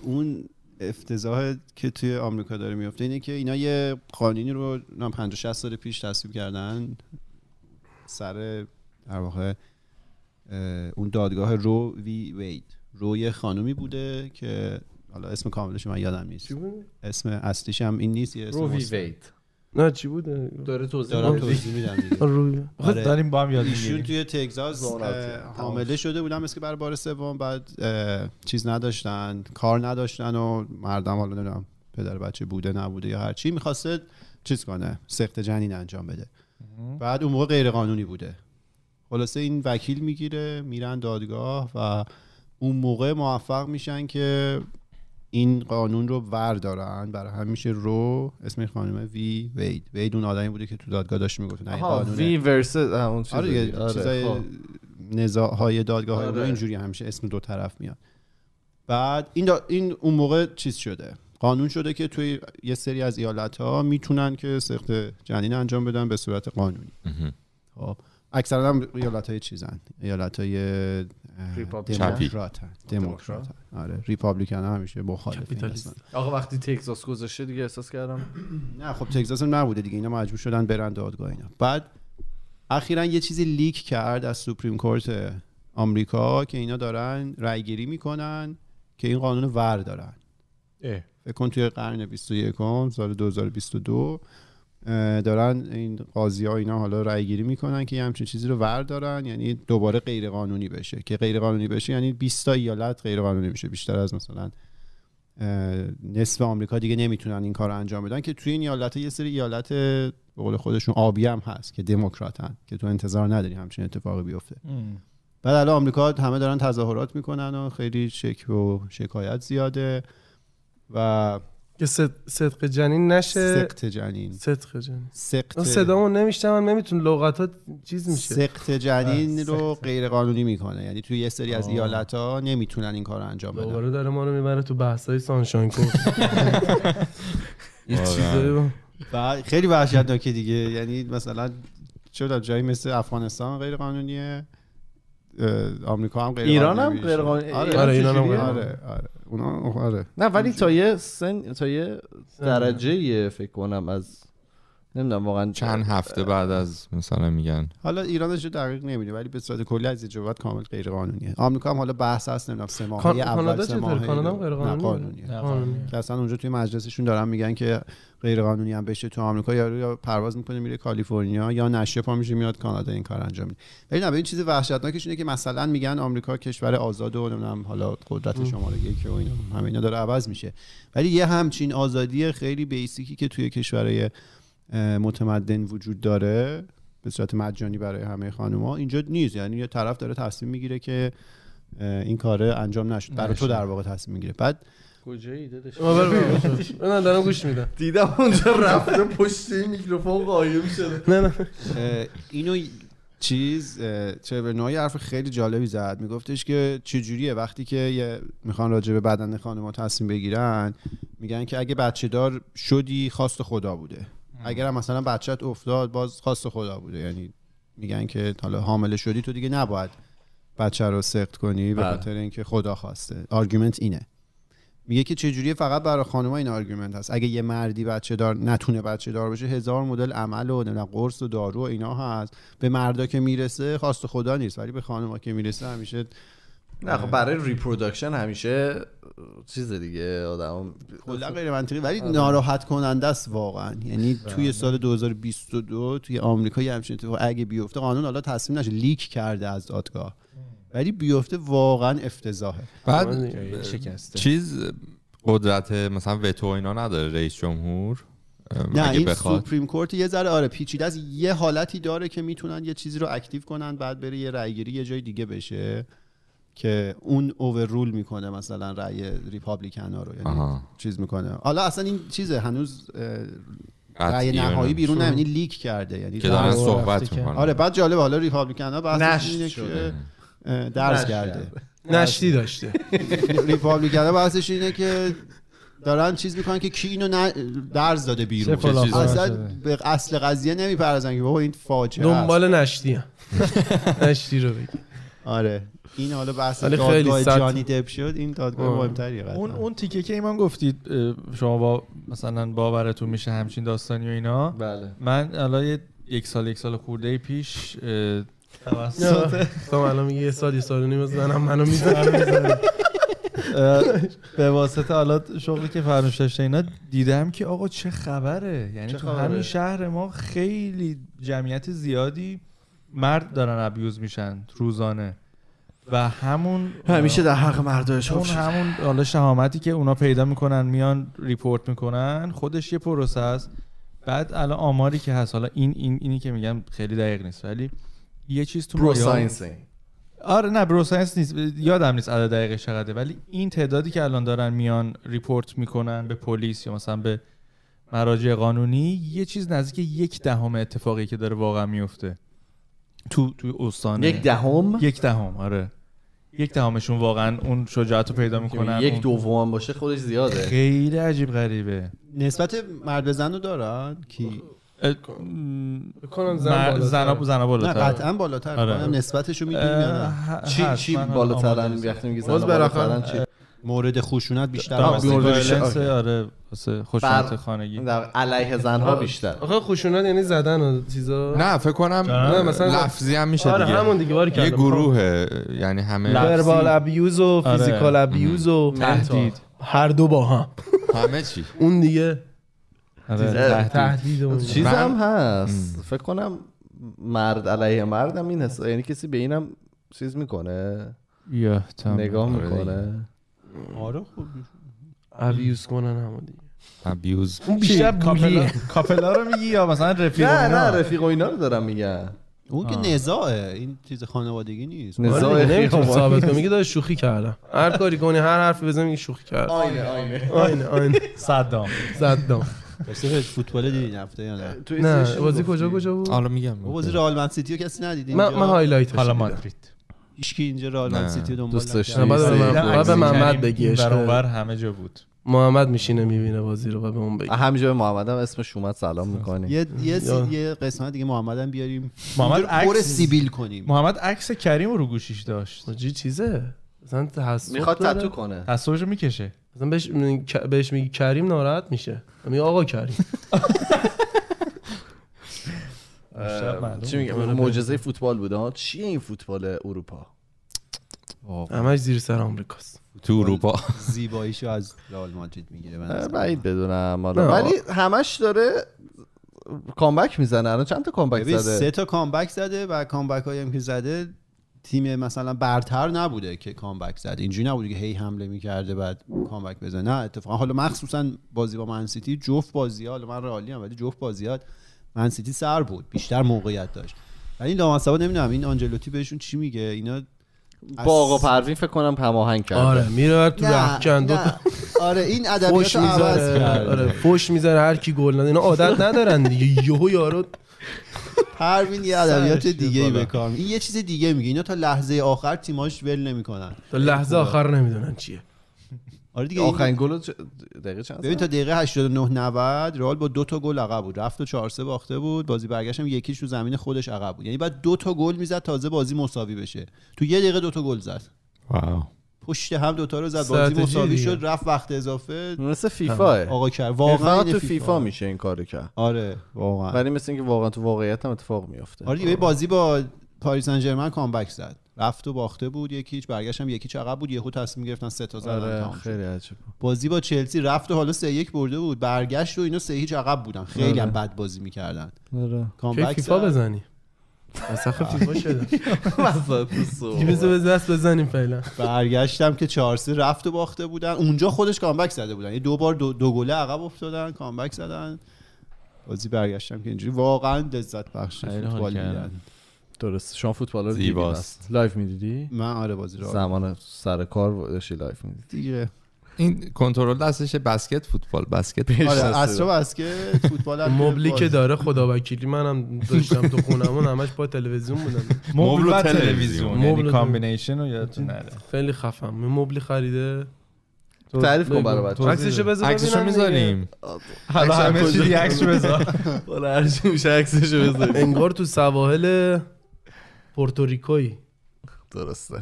Speaker 5: اون افتضاح که توی آمریکا داره میفته اینه که اینا یه قانونی رو نمی‌دونم 50 60 سال پیش تصویب کردن سر در واقع اه، اون دادگاه رو وی وید رو یه خانومی بوده که حالا اسم کاملش من یادم نیست اسم اصلیش هم این نیست یه اسم مست-
Speaker 2: وید
Speaker 1: نه چی بوده
Speaker 2: داره توضیح
Speaker 5: دارم توضیح میدم دیگه.
Speaker 1: روی
Speaker 5: آره.
Speaker 3: داریم با هم یاد
Speaker 5: ایشون
Speaker 3: میگیریم
Speaker 5: توی تگزاس
Speaker 2: زون اوت.
Speaker 5: اه، حامله شده بودن مثل که برای بار سوم بعد اه، چیز نداشتن کار نداشتن و مردم حالا نمیدونم پدر بچه بوده نبوده یا هرچی میخواسته چیز کنه سخت جنین انجام بده بعد اون موقع غیر قانونی بوده خلاصه این وکیل میگیره میرن دادگاه و اون موقع موفق میشن که این قانون رو وردارن برای همیشه رو اسم این خانم وی وید وید اون آدمی بوده که تو دادگاه داشت میگفت نه این قانونه.
Speaker 2: وی ورسس اون چیز
Speaker 5: آره دیگه
Speaker 2: دیگه. آره،
Speaker 5: چیزای
Speaker 2: خب.
Speaker 5: نزاع های دادگاه های
Speaker 2: آره.
Speaker 5: اینجوری همیشه اسم دو طرف میاد بعد این, دا- این اون موقع چیز شده قانون شده که توی یه سری از ایالت ها میتونن که سخت جنین انجام بدن به صورت قانونی خب اکثرا هم ایالت های چیزن ایالت های
Speaker 2: ریپابلیکن.
Speaker 5: دموکرات هن. دموکرات هن. آره ریپابلیکن ها همیشه مخالف
Speaker 1: کپیتالیست.
Speaker 5: هستن
Speaker 2: آقا وقتی تگزاس گذاشته دیگه احساس کردم
Speaker 5: نه خب تگزاس هم نبوده دیگه اینا مجبور شدن برن دادگاه اینا بعد اخیرا یه چیزی لیک کرد از سوپریم کورت آمریکا که اینا دارن رأیگیری میکنن که این قانون ور دارن فکر کن توی قرن 21 سال 2022 اه، دارن این قاضی ها اینا حالا رأیگیری میکنن که یه همچین چیزی رو ور دارن یعنی دوباره غیر قانونی بشه که غیر قانونی بشه یعنی 20 تا ایالت غیر قانونی میشه بیشتر از مثلا اه، نصف آمریکا دیگه نمیتونن این کار رو انجام بدن که توی این ایالت یه سری ایالت به قول خودشون آبی هم هست که دموکراتن که تو انتظار نداری همچین اتفاقی بیفته بعد الان آمریکا همه دارن تظاهرات میکنن و خیلی شک و شکایت زیاده و
Speaker 1: که صد- صدق جنین نشه
Speaker 5: سقط جنین
Speaker 1: صدق جنین
Speaker 5: سقط
Speaker 1: من صدامو نمیشتم من نمیتون لغتات چیز میشه
Speaker 5: سقط جنین رو غیر قانونی میکنه یعنی توی یه سری از ایالت ها نمیتونن این کار رو انجام بدن
Speaker 1: دوباره داره ما رو میبره تو بحثای سانشاین کن یه
Speaker 5: آره.
Speaker 1: چیزایی با-
Speaker 5: و خیلی وحشتناکه دیگه یعنی مثلا چرا جایی مثل افغانستان غیر قانونیه اه، آمریکا هم غیر
Speaker 2: ایران هم
Speaker 5: قانونی میشه.
Speaker 2: غیر قانونی
Speaker 5: آره
Speaker 1: آره، ایران هم
Speaker 2: چجوریه؟
Speaker 1: غیر قانونی.
Speaker 5: آره آره اونا آره
Speaker 2: e, نه ولی تا یه سن تا یه درجه فکر کنم از نمیدونم واقعا
Speaker 4: چند هفته بعد از مثلا میگن
Speaker 5: حالا ایرانش رو دقیق نمیدونه ولی به صورت کلی از جوابات کامل غیر قانونیه آمریکا هم حالا بحث هست نمیدونم سه ماهه
Speaker 1: کان-
Speaker 5: اول
Speaker 1: کانادا
Speaker 5: سه
Speaker 1: چطوره؟
Speaker 5: ماهه
Speaker 1: کانادا هم
Speaker 5: نه،
Speaker 1: غیرقانونیه.
Speaker 5: قانونیه.
Speaker 1: قانونی.
Speaker 5: که اصلا اونجا توی مجلسشون دارن میگن که غیر قانونی هم بشه تو آمریکا یارو یا پرواز میکنه میره کالیفرنیا یا نشه پا میشه میاد کانادا این کار انجام میده ولی نه این چیز وحشتناکش اینه که مثلا میگن آمریکا کشور آزاد و نمیدونم حالا قدرت شماره یک و اینا همه اینا داره عوض میشه ولی یه همچین آزادی خیلی بیسیکی که توی کشورهای اه، متمدن وجود داره به صورت مجانی برای همه خانوما اینجا نیست یعنی یه طرف داره تصمیم میگیره که اه، این کاره انجام نشد برای تو در واقع تصمیم میگیره بعد
Speaker 2: کجایی دادش
Speaker 1: آه، برو، برو، برو. نه دارم گوش میدم
Speaker 2: دیدم اونجا رفته پشت این میکروفون قایم شده
Speaker 1: نه نه
Speaker 5: اه، اینو چیز اه، ترور نوعی حرف خیلی جالبی زد میگفتش که چجوریه وقتی که یه- میخوان راجع به بدن خانم تصمیم بگیرن میگن که اگه بچه دار شدی خواست خدا بوده اگر هم مثلا بچت افتاد باز خواست خدا بوده یعنی میگن که حالا حامله شدی تو دیگه نباید بچه رو سخت کنی به
Speaker 2: بله.
Speaker 5: خاطر اینکه خدا خواسته آرگومنت اینه میگه که چجوری فقط برای خانم‌ها این آرگومنت هست اگه یه مردی بچه دار نتونه بچه دار بشه هزار مدل عمل و نمیدونم قرص و دارو و اینا هست به مردا که میرسه خواست خدا نیست ولی به خانم‌ها که میرسه همیشه
Speaker 2: نه خب برای ریپروداکشن همیشه چیز دیگه آدم
Speaker 5: کلا غیر منطقی ولی ناراحت کننده است واقعا یعنی توی سال 2022 توی آمریکا یه همچین اتفاق اگه بیفته قانون حالا تصمیم نشه لیک کرده از دادگاه ولی بیفته واقعا افتضاحه
Speaker 4: بعد
Speaker 3: شکسته
Speaker 4: چیز قدرت مثلا وتو اینا نداره رئیس جمهور ام،
Speaker 5: نه
Speaker 4: اگه
Speaker 5: این
Speaker 4: بخواد
Speaker 5: سوپریم کورت یه ذره آره پیچیده از یه حالتی داره که میتونن یه چیزی رو اکتیو کنن بعد بره یه رأیگیری یه جای دیگه بشه که اون اووررول میکنه مثلا رأی ریپابلیکن ها رو یعنی
Speaker 4: آها.
Speaker 5: چیز میکنه حالا اصلا این چیزه هنوز اه، رأی
Speaker 4: قطعی
Speaker 5: نهایی
Speaker 4: اینا.
Speaker 5: بیرون نمیدی لیک کرده یعنی
Speaker 4: که
Speaker 5: در-
Speaker 4: دارن
Speaker 3: رفته
Speaker 4: صحبت
Speaker 3: که-
Speaker 4: میکنن
Speaker 5: آره بعد جالب حالا ریپابلیکن ها بحث
Speaker 2: نشت
Speaker 5: اینه که
Speaker 2: شده.
Speaker 5: اه، درس
Speaker 2: نشت
Speaker 5: کرده
Speaker 1: نشتی داشته
Speaker 5: ریپابلیکن ها بحثش اینه که دارن چیز میکنن که کی اینو نه- درز داده بیرون
Speaker 3: چه فلان
Speaker 4: چیزی؟
Speaker 5: اصلا
Speaker 3: شده.
Speaker 5: به اصل قضیه نمیپردازن که بابا این فاجعه است
Speaker 1: دنبال نشتی هم نشتی رو بگی
Speaker 5: آره این حالا بحث
Speaker 1: ولی
Speaker 5: دادگاه
Speaker 1: خیلی سطح.
Speaker 5: جانی دپ شد این دادگاه
Speaker 1: آه.
Speaker 5: مهمتریه قطعا.
Speaker 3: اون اون تیکه که ایمان گفتید اه، شما با مثلا باورتون میشه همچین داستانی و اینا
Speaker 2: بله
Speaker 3: من الان یه- یک سال یک سال خورده پیش اه، توسط
Speaker 1: تو الان میگه یه سال یه سال و نیم زنم منو میزنه
Speaker 3: اه، به واسطه حالا شغلی که فرمش داشته اینا دیدم که آقا چه خبره یعنی
Speaker 2: چه
Speaker 3: تو
Speaker 2: خبره؟
Speaker 3: همین شهر ما خیلی جمعیت زیادی مرد دارن ابیوز میشن روزانه و همون
Speaker 2: همیشه در حق مردای
Speaker 3: اون همون حالا شهامتی که اونا پیدا میکنن میان ریپورت میکنن خودش یه پروسه است بعد الان آماری که هست حالا این این اینی که میگم خیلی دقیق نیست ولی یه چیز تو
Speaker 2: برو
Speaker 3: مایا-
Speaker 2: ساینس این.
Speaker 3: آره نه برو ساینس نیست یادم نیست عدد دقیقش چقدره ولی این تعدادی که الان دارن میان ریپورت میکنن به پلیس یا مثلا به مراجع قانونی یه چیز نزدیک یک دهم اتفاقی که داره واقعا میفته تو تو استان
Speaker 2: یک دهم
Speaker 3: یک دهم آره یک دهمشون واقعا اون شجاعت رو پیدا میکنن
Speaker 4: یعنی
Speaker 2: یعنی یک
Speaker 3: اون-
Speaker 2: دوم باشه خودش زیاده
Speaker 3: خیلی عجیب غریبه
Speaker 5: نسبت مرد به زن رو دارن کی
Speaker 3: اه، م،
Speaker 1: بکنم
Speaker 3: مر-
Speaker 1: زن
Speaker 3: زن
Speaker 1: زن
Speaker 3: زن
Speaker 5: نه
Speaker 3: بالاتر
Speaker 5: قطعا بالاتر
Speaker 3: آره.
Speaker 5: آره. نسبتش رو میدونیم
Speaker 3: اه،
Speaker 5: یا نه
Speaker 3: ه-
Speaker 2: چی
Speaker 3: هست.
Speaker 2: چی
Speaker 3: من الان آماده
Speaker 2: بالاترن
Speaker 3: نیستم.
Speaker 2: وقتی میگی زن
Speaker 1: باز برای
Speaker 2: بالاترن چی
Speaker 5: مورد خشونت بیشتر
Speaker 4: آره.
Speaker 2: آه،
Speaker 5: هست.
Speaker 3: دامستیک
Speaker 2: بیرون
Speaker 3: وایلنس،
Speaker 2: آه.
Speaker 3: آره واسه
Speaker 2: بر-
Speaker 3: خشونت خانگی
Speaker 2: در علیه زنها بیشتر
Speaker 1: آخه خشونت یعنی زدن و چیزا
Speaker 4: نه فکر کنم
Speaker 1: نه، مثلا-
Speaker 4: لفظی هم میشه
Speaker 1: آره
Speaker 4: دیگه
Speaker 1: همون دیگه باری
Speaker 4: یه گروهه یعنی همه
Speaker 3: لفظی.
Speaker 1: وربال ابیوز و
Speaker 3: آره.
Speaker 1: فیزیکال ابیوز و
Speaker 3: تهدید
Speaker 1: هر دو با هم
Speaker 4: همه چی
Speaker 1: اون دیگه
Speaker 3: آره،
Speaker 2: چیزه.
Speaker 3: تهدید.
Speaker 1: تهدید و
Speaker 2: چیز
Speaker 4: من-
Speaker 2: هم هست فکر کنم مرد علیه مرد هم این هست یعنی کسی به اینم چیز میکنه
Speaker 3: یا تمام.
Speaker 2: نگاه
Speaker 4: آره دیگه.
Speaker 2: میکنه
Speaker 5: آره خب
Speaker 1: ابیوز کنن همون دیگه
Speaker 4: ابیوز
Speaker 1: اون
Speaker 3: چی؟
Speaker 1: بیشتر
Speaker 3: کاپلا
Speaker 1: بولیه
Speaker 3: کاپلا رو میگی یا مثلا رفیق
Speaker 2: نه
Speaker 3: اینا؟
Speaker 2: نه رفیق و اینا رو دارم میگن
Speaker 5: اون که نزاعه این چیز خانوادگی نیست
Speaker 2: نزاع
Speaker 1: آره نمیتونی
Speaker 2: خیابانی.
Speaker 1: ثابت کنی میگه داره شوخی کردم هر کاری کنی هر حرفی بزنی میگه شوخی کردم
Speaker 2: آینه آینه
Speaker 1: آینه آینه
Speaker 3: صدام
Speaker 1: زدم
Speaker 5: مثل فوتبال دیدین هفته یا نه
Speaker 2: توی
Speaker 1: نه
Speaker 2: سیشن
Speaker 1: بازی
Speaker 2: گفتی.
Speaker 1: کجا کجا بود
Speaker 4: حالا میگم
Speaker 5: بابا، بازی رئال من سیتی رو کسی ندید اینجا
Speaker 1: من من هایلایت
Speaker 3: حالا مادرید
Speaker 5: هیچکی اینجا رئال من
Speaker 4: نه.
Speaker 5: سیتی رو
Speaker 2: دوست
Speaker 5: دنبال
Speaker 2: داشتی؟
Speaker 5: نکرد.
Speaker 1: بعد به من-
Speaker 2: دیدم.
Speaker 1: بعد به محمد بگی
Speaker 3: این
Speaker 1: عشق.
Speaker 3: ور اون ور همه جا بود
Speaker 1: محمد میشینه میبینه بازی رو و به اون بگی
Speaker 2: همینجا به محمد هم اسمش اومد سلام میکنی
Speaker 5: یه یه سی-
Speaker 1: یا-
Speaker 5: یه قسمت دیگه محمد هم بیاریم
Speaker 3: محمد
Speaker 5: اینجا رو پر
Speaker 3: عکس-
Speaker 5: سیبیل کنیم
Speaker 3: محمد عکس کریم رو گوشیش داشت
Speaker 1: جی چیزه مثلا تعصب
Speaker 2: میخواد
Speaker 1: داره.
Speaker 2: تتو کنه
Speaker 3: تصویرش رو میکشه
Speaker 1: مثلا بهش میگی- بهش میگی کریم ناراحت میشه میگه آقا کریم
Speaker 3: معلوم
Speaker 2: چی میگم معجزه فوتبال بوده ها چیه این فوتبال اروپا
Speaker 1: همش زیر سر آمریکاست
Speaker 4: تو اروپا
Speaker 5: زیباییشو از رئال مادرید میگیره به نظر.
Speaker 2: بعید بدونم
Speaker 1: نه.
Speaker 2: حالا ولی همش داره کامبک میزنه الان چند تا کامبک
Speaker 5: ببین
Speaker 2: زده
Speaker 5: سه تا کامبک زده و کامبک هایی هم که زده تیم مثلا برتر نبوده که کامبک زد اینجوری نبوده که هی حمله میکرده بعد کامبک بزنه نه اتفاقا حالا مخصوصا بازی با منسیتی جفت بازی حالا من رئالی ام ولی جفت بازیات منسیتی سر بود بیشتر موقعیت داشت ولی لامصبا نمیدونم این آنجلوتی بهشون چی میگه اینا از-
Speaker 2: با آقا پروین فکر کنم هماهنگ کرده
Speaker 1: آره میره بر تو
Speaker 5: نه،
Speaker 1: رخکن دو
Speaker 5: نه.
Speaker 1: تا
Speaker 5: آره این ادبیات
Speaker 1: فوش
Speaker 5: رو عوض
Speaker 1: میذاره
Speaker 5: کرد
Speaker 1: آره فوش میذاره هر کی گل نده اینا عادت ندارن دیگه یهو یارو
Speaker 5: پروین یه ادبیات
Speaker 1: سرش
Speaker 5: دیگه ای
Speaker 1: بالا.
Speaker 5: به کار می- این یه چیز دیگه میگه اینا تا لحظه آخر تیماش ول نمیکنن
Speaker 1: تا لحظه آخر نمیدونن چیه
Speaker 5: آره دیگه این-
Speaker 2: آخرین گل رو چ- دقیقه چند
Speaker 5: ببین تا دقیقه 89 90 رئال با دو تا گل عقب بود رفت و 4 3 باخته بود بازی برگشت هم یکیش تو زمین خودش عقب بود یعنی بعد دو تا گل میزد تازه بازی مساوی بشه تو یه دقیقه دو تا گل زد
Speaker 4: واو
Speaker 5: پشت هم دو تا رو زد
Speaker 1: استراتژی
Speaker 5: بازی مساوی
Speaker 1: دیگه.
Speaker 5: شد رفت وقت اضافه
Speaker 2: مثل فیفا
Speaker 5: آقا کرد واقعا
Speaker 2: واقعا
Speaker 5: این
Speaker 2: تو فیفا میشه این کارو کرد
Speaker 5: آره واقعا
Speaker 2: ولی مثل اینکه واقعا تو واقعیت هم اتفاق میفته
Speaker 5: آره دیگه یه بازی با پاریس سن ژرمن کامبک زد رفت و باخته بود یکیچ برگشت هم یکیچ عقب بود یهو تصمیم گرفتن سه تا زدن
Speaker 2: آره،
Speaker 5: تمام شد.
Speaker 2: خیلی عجب
Speaker 5: بازی با چلسی رفت و حالا سه یک برده بود برگشت و اینا سه هیچ عقب بودن خیلی هم
Speaker 2: آره.
Speaker 5: بد بازی میکردن
Speaker 1: کی
Speaker 5: کامبک
Speaker 1: فیفا
Speaker 5: زد.
Speaker 1: بزنی مسخ فیفا شده خب. دیگه
Speaker 2: آره
Speaker 1: بذار دست بزنیم فعلا
Speaker 5: برگشتم که چارسی رفت و باخته بودن اونجا خودش کامبک زده بودن یه دو بار دو, دو گله عقب افتادن کامبک زدن بازی برگشتم که اینجوری واقعا لذت بخش
Speaker 3: خیلی حال
Speaker 5: فوتبال
Speaker 3: کردم.
Speaker 5: دیدن.
Speaker 2: درست شما فوتبال رو
Speaker 4: زیباست.
Speaker 2: دیدی بس. لایف میدیدی
Speaker 5: من آره بازی رو آره.
Speaker 2: زمان سر کار داشتی لایف میدیدی
Speaker 5: دیگه
Speaker 4: این کنترل دستش بسکت فوتبال بسکت
Speaker 5: آره اصلا بس که فوتبال هم که
Speaker 1: مبلی که
Speaker 5: بازی-
Speaker 1: داره خدا وکیلی منم داشتم تو خونمون همش با تلویزیون بودم
Speaker 3: مبل و
Speaker 4: تلویزیون.
Speaker 3: تلویزیون یعنی
Speaker 1: مبل و
Speaker 3: کامبینیشن رو یادتون نره
Speaker 1: خیلی خفم یه مبلی خریده
Speaker 2: تعریف کن
Speaker 1: بگو.
Speaker 2: برای بچه‌ها.
Speaker 1: عکسشو بذار
Speaker 4: خب، عکسشو
Speaker 1: ببینم دیگه.
Speaker 4: میذاریم
Speaker 3: حالا
Speaker 2: عکسم
Speaker 3: همه چی
Speaker 2: کجا؟
Speaker 3: دیگه عکس بذار
Speaker 2: بالا هر چی میشه عکسشو بذاری
Speaker 1: انگار تو سواحل پورتوریکوی
Speaker 2: درسته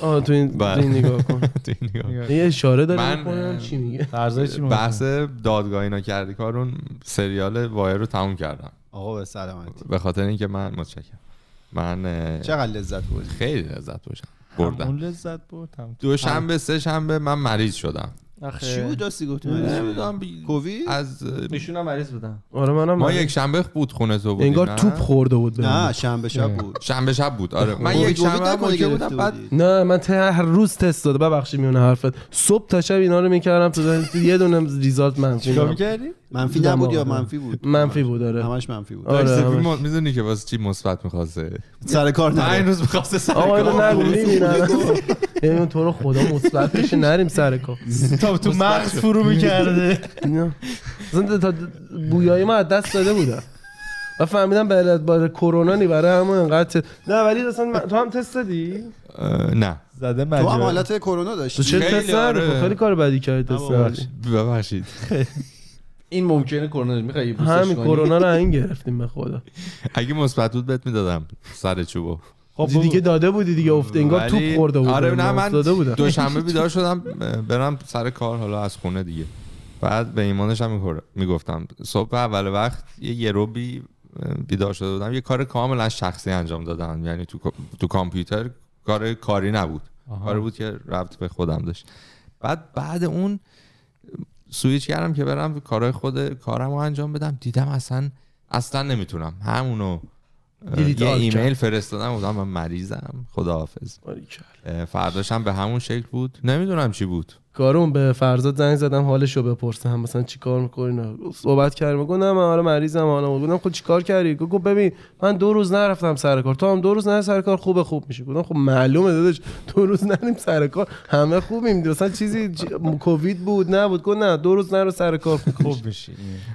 Speaker 1: آه تو این, تو
Speaker 4: بله.
Speaker 1: این نگاه کن
Speaker 4: تو این نگاه.
Speaker 1: یه اشاره داره
Speaker 4: من،
Speaker 1: میکنم چی میگه
Speaker 3: فرضای چی می‌مونه؟
Speaker 4: بحث دادگاه اینا کردی کارون سریال وایر رو تموم کردم
Speaker 5: آقا به سلامتی
Speaker 4: به خاطر اینکه من متشکرم من اه،
Speaker 5: چقدر لذت بردی
Speaker 4: خیلی لذت باشم بردم
Speaker 3: همون لذت برد هم
Speaker 4: دو شنبه سه شنبه من مریض شدم
Speaker 5: چی بود داستی گفتی
Speaker 4: نمی‌دونم، بی-
Speaker 5: کووید
Speaker 4: از اه،
Speaker 2: ایشون هم مریض بودن
Speaker 1: آره منم
Speaker 4: ما یک شنبه بود خونه تو بودی
Speaker 1: انگار
Speaker 4: نه؟
Speaker 1: توپ خورده بود به من.
Speaker 5: نه شنبه شب بود
Speaker 4: شنبه شب بود آره من
Speaker 5: کووید-
Speaker 4: یک
Speaker 5: کووید
Speaker 4: شنبه هم
Speaker 5: نکنه
Speaker 4: اوکی
Speaker 5: گرفته
Speaker 4: بودم بعد
Speaker 5: بودی.
Speaker 1: نه من ته هر روز تست داده ببخشید میونه حرفت صبح تا شب اینا رو میکردم تو ذهن- یه دونه ریزالت منفی
Speaker 3: چیکار
Speaker 1: می‌دم.
Speaker 3: می‌کردی
Speaker 5: منفی نبود یا
Speaker 1: دماغ.
Speaker 5: منفی بود
Speaker 1: منفی بود آره
Speaker 5: همش منفی بود
Speaker 1: آره،
Speaker 4: داشت
Speaker 1: همش.
Speaker 4: ما- میدونی که واسه چی مثبت میخواسته
Speaker 5: سر کار
Speaker 4: نه این
Speaker 5: نداره.
Speaker 4: روز میخواسته سر
Speaker 1: آقا اینو
Speaker 4: کار.
Speaker 1: نگو میبینم ببین تو رو خدا مثبت بشه نریم سر کار
Speaker 3: تا تو مغز فرو می‌کرده
Speaker 1: نه. اصلا تا بویای ما از دست داده بودم و فهمیدم بعد بار کرونا نی برای همون انقدر ت- نه ولی اصلا من- تو هم تست دادی
Speaker 4: اه، نه
Speaker 3: زده
Speaker 5: تو هم
Speaker 3: مجال
Speaker 5: حالت کرونا
Speaker 1: تو
Speaker 5: داشتی
Speaker 1: چه
Speaker 4: خیلی
Speaker 1: تست ندادی؟ خب،
Speaker 4: آره.
Speaker 1: خیلی کار بدی کردی تست ندادی.
Speaker 4: ببخشید
Speaker 2: این ممکنه کرونا میخوای
Speaker 1: همین کرونا رو این گرفتیم به خدا
Speaker 4: اگه مثبت بود بهت میدادم سر چوبو
Speaker 3: خب
Speaker 1: دی- دیگه داده بودی دیگه افته انگار توپ
Speaker 4: ولی-
Speaker 1: خورده بود
Speaker 4: آره
Speaker 1: به
Speaker 4: نه
Speaker 1: ما،
Speaker 4: من
Speaker 1: افتاده بودم
Speaker 4: دوشنبه بیدار شدم اه، برم سر کار حالا از خونه دیگه بعد به ایمانش هم می‌خور- میگفتم صبح اول وقت یه یه روبی اه، بیدار شده بودم یه کار کاملا شخصی انجام دادم یعنی تو, کا- تو کامپیوتر کار کاری نبود کار بود که ربط به خودم داشت بعد بعد اون سویچ کردم که برم کارهای خود کارم رو انجام بدم دیدم اصلا اصلا نمیتونم همونو اه،
Speaker 1: دیلیت
Speaker 4: یه
Speaker 1: آل
Speaker 4: ایمیل فرستادم بودم من مریضم خداحافظ
Speaker 1: باریکلا.
Speaker 4: اه، فرداش هم به همون شکل بود نمیدونم چی بود
Speaker 1: کارون به فرزاد زنگ زدم حالشو بپرسم مثلا چیکار میکنین صحبت کردیم گفتم نه من آره مریضم حالا گفتم خب چیکار کردی گفت گفت ببین من دو روز نرفتم سر کار تو هم دو روز نری سر کار خوبه خوب میشه گفتم خب معلومه داداش دو روز نریم سر کار همه خوبیم مثلا چیزی چی- کووید بود نبود گفت نه دو روز نرو سر کار خوب میشه.
Speaker 3: خوب میشی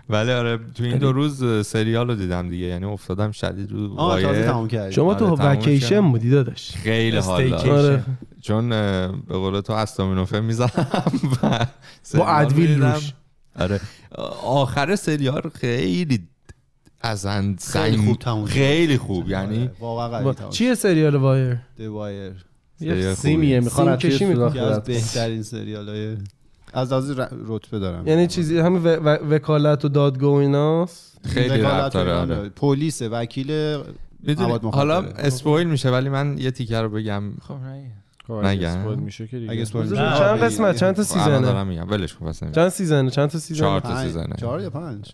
Speaker 4: ولی آره تو این دو روز اه، سریال رو دیدم دیگه یعنی افتادم شدید رو
Speaker 5: آه تازه
Speaker 4: وایه
Speaker 5: تموم کردی
Speaker 1: شما تو
Speaker 4: آره، تموم شد.
Speaker 1: وکیشن بودی داداش
Speaker 4: خیلی حال داد.
Speaker 3: استیکیشن.
Speaker 1: آره
Speaker 4: چون اه، به قول تو استامینوفن میزنم و سریال
Speaker 1: با ادویل
Speaker 4: می‌دیدم.
Speaker 1: روش
Speaker 4: آره آخر سریال خیلی اصلا
Speaker 5: خیلی
Speaker 4: سنگ-
Speaker 5: خوب تموم شد.
Speaker 4: خیلی خوب یعنی
Speaker 5: آره، واقعا قوی
Speaker 1: با-
Speaker 5: تمام
Speaker 1: چیه سریال وایر
Speaker 5: شد. The Wire
Speaker 4: سریال خوبی.
Speaker 2: سیمیه میخوان
Speaker 1: سیم
Speaker 2: از توی
Speaker 1: کشی می‌کنه.
Speaker 5: یکی از
Speaker 2: سوراخ
Speaker 5: بهترین سریال های از از رتبه دارم
Speaker 1: یعنی چیزی همین و- و- وکالت و دادگاه و ایناست
Speaker 4: خیلی
Speaker 5: وکالت
Speaker 4: ربط داره
Speaker 5: اینا
Speaker 4: آره.
Speaker 5: داره. پلیس وکیل
Speaker 4: می‌دونی،
Speaker 5: مواد مخدره.
Speaker 4: حالا اسپویل میشه ولی من یه تیکه رو بگم
Speaker 3: خب نه
Speaker 6: خب، اگه
Speaker 4: نگم.
Speaker 6: اسپویل میشه که دیگه
Speaker 5: اگه اسپویل
Speaker 1: بذار
Speaker 5: میشه.
Speaker 1: ببینم چند قسمت چند تا
Speaker 4: آره، الان
Speaker 1: سیزنه
Speaker 4: دارم میگم ولش کن پس نمی‌گم.
Speaker 1: چند سیزنه چند تا سیزنه
Speaker 4: چهار. تا آره،
Speaker 5: پنج.
Speaker 4: سیزنه.
Speaker 5: چهار یا پنج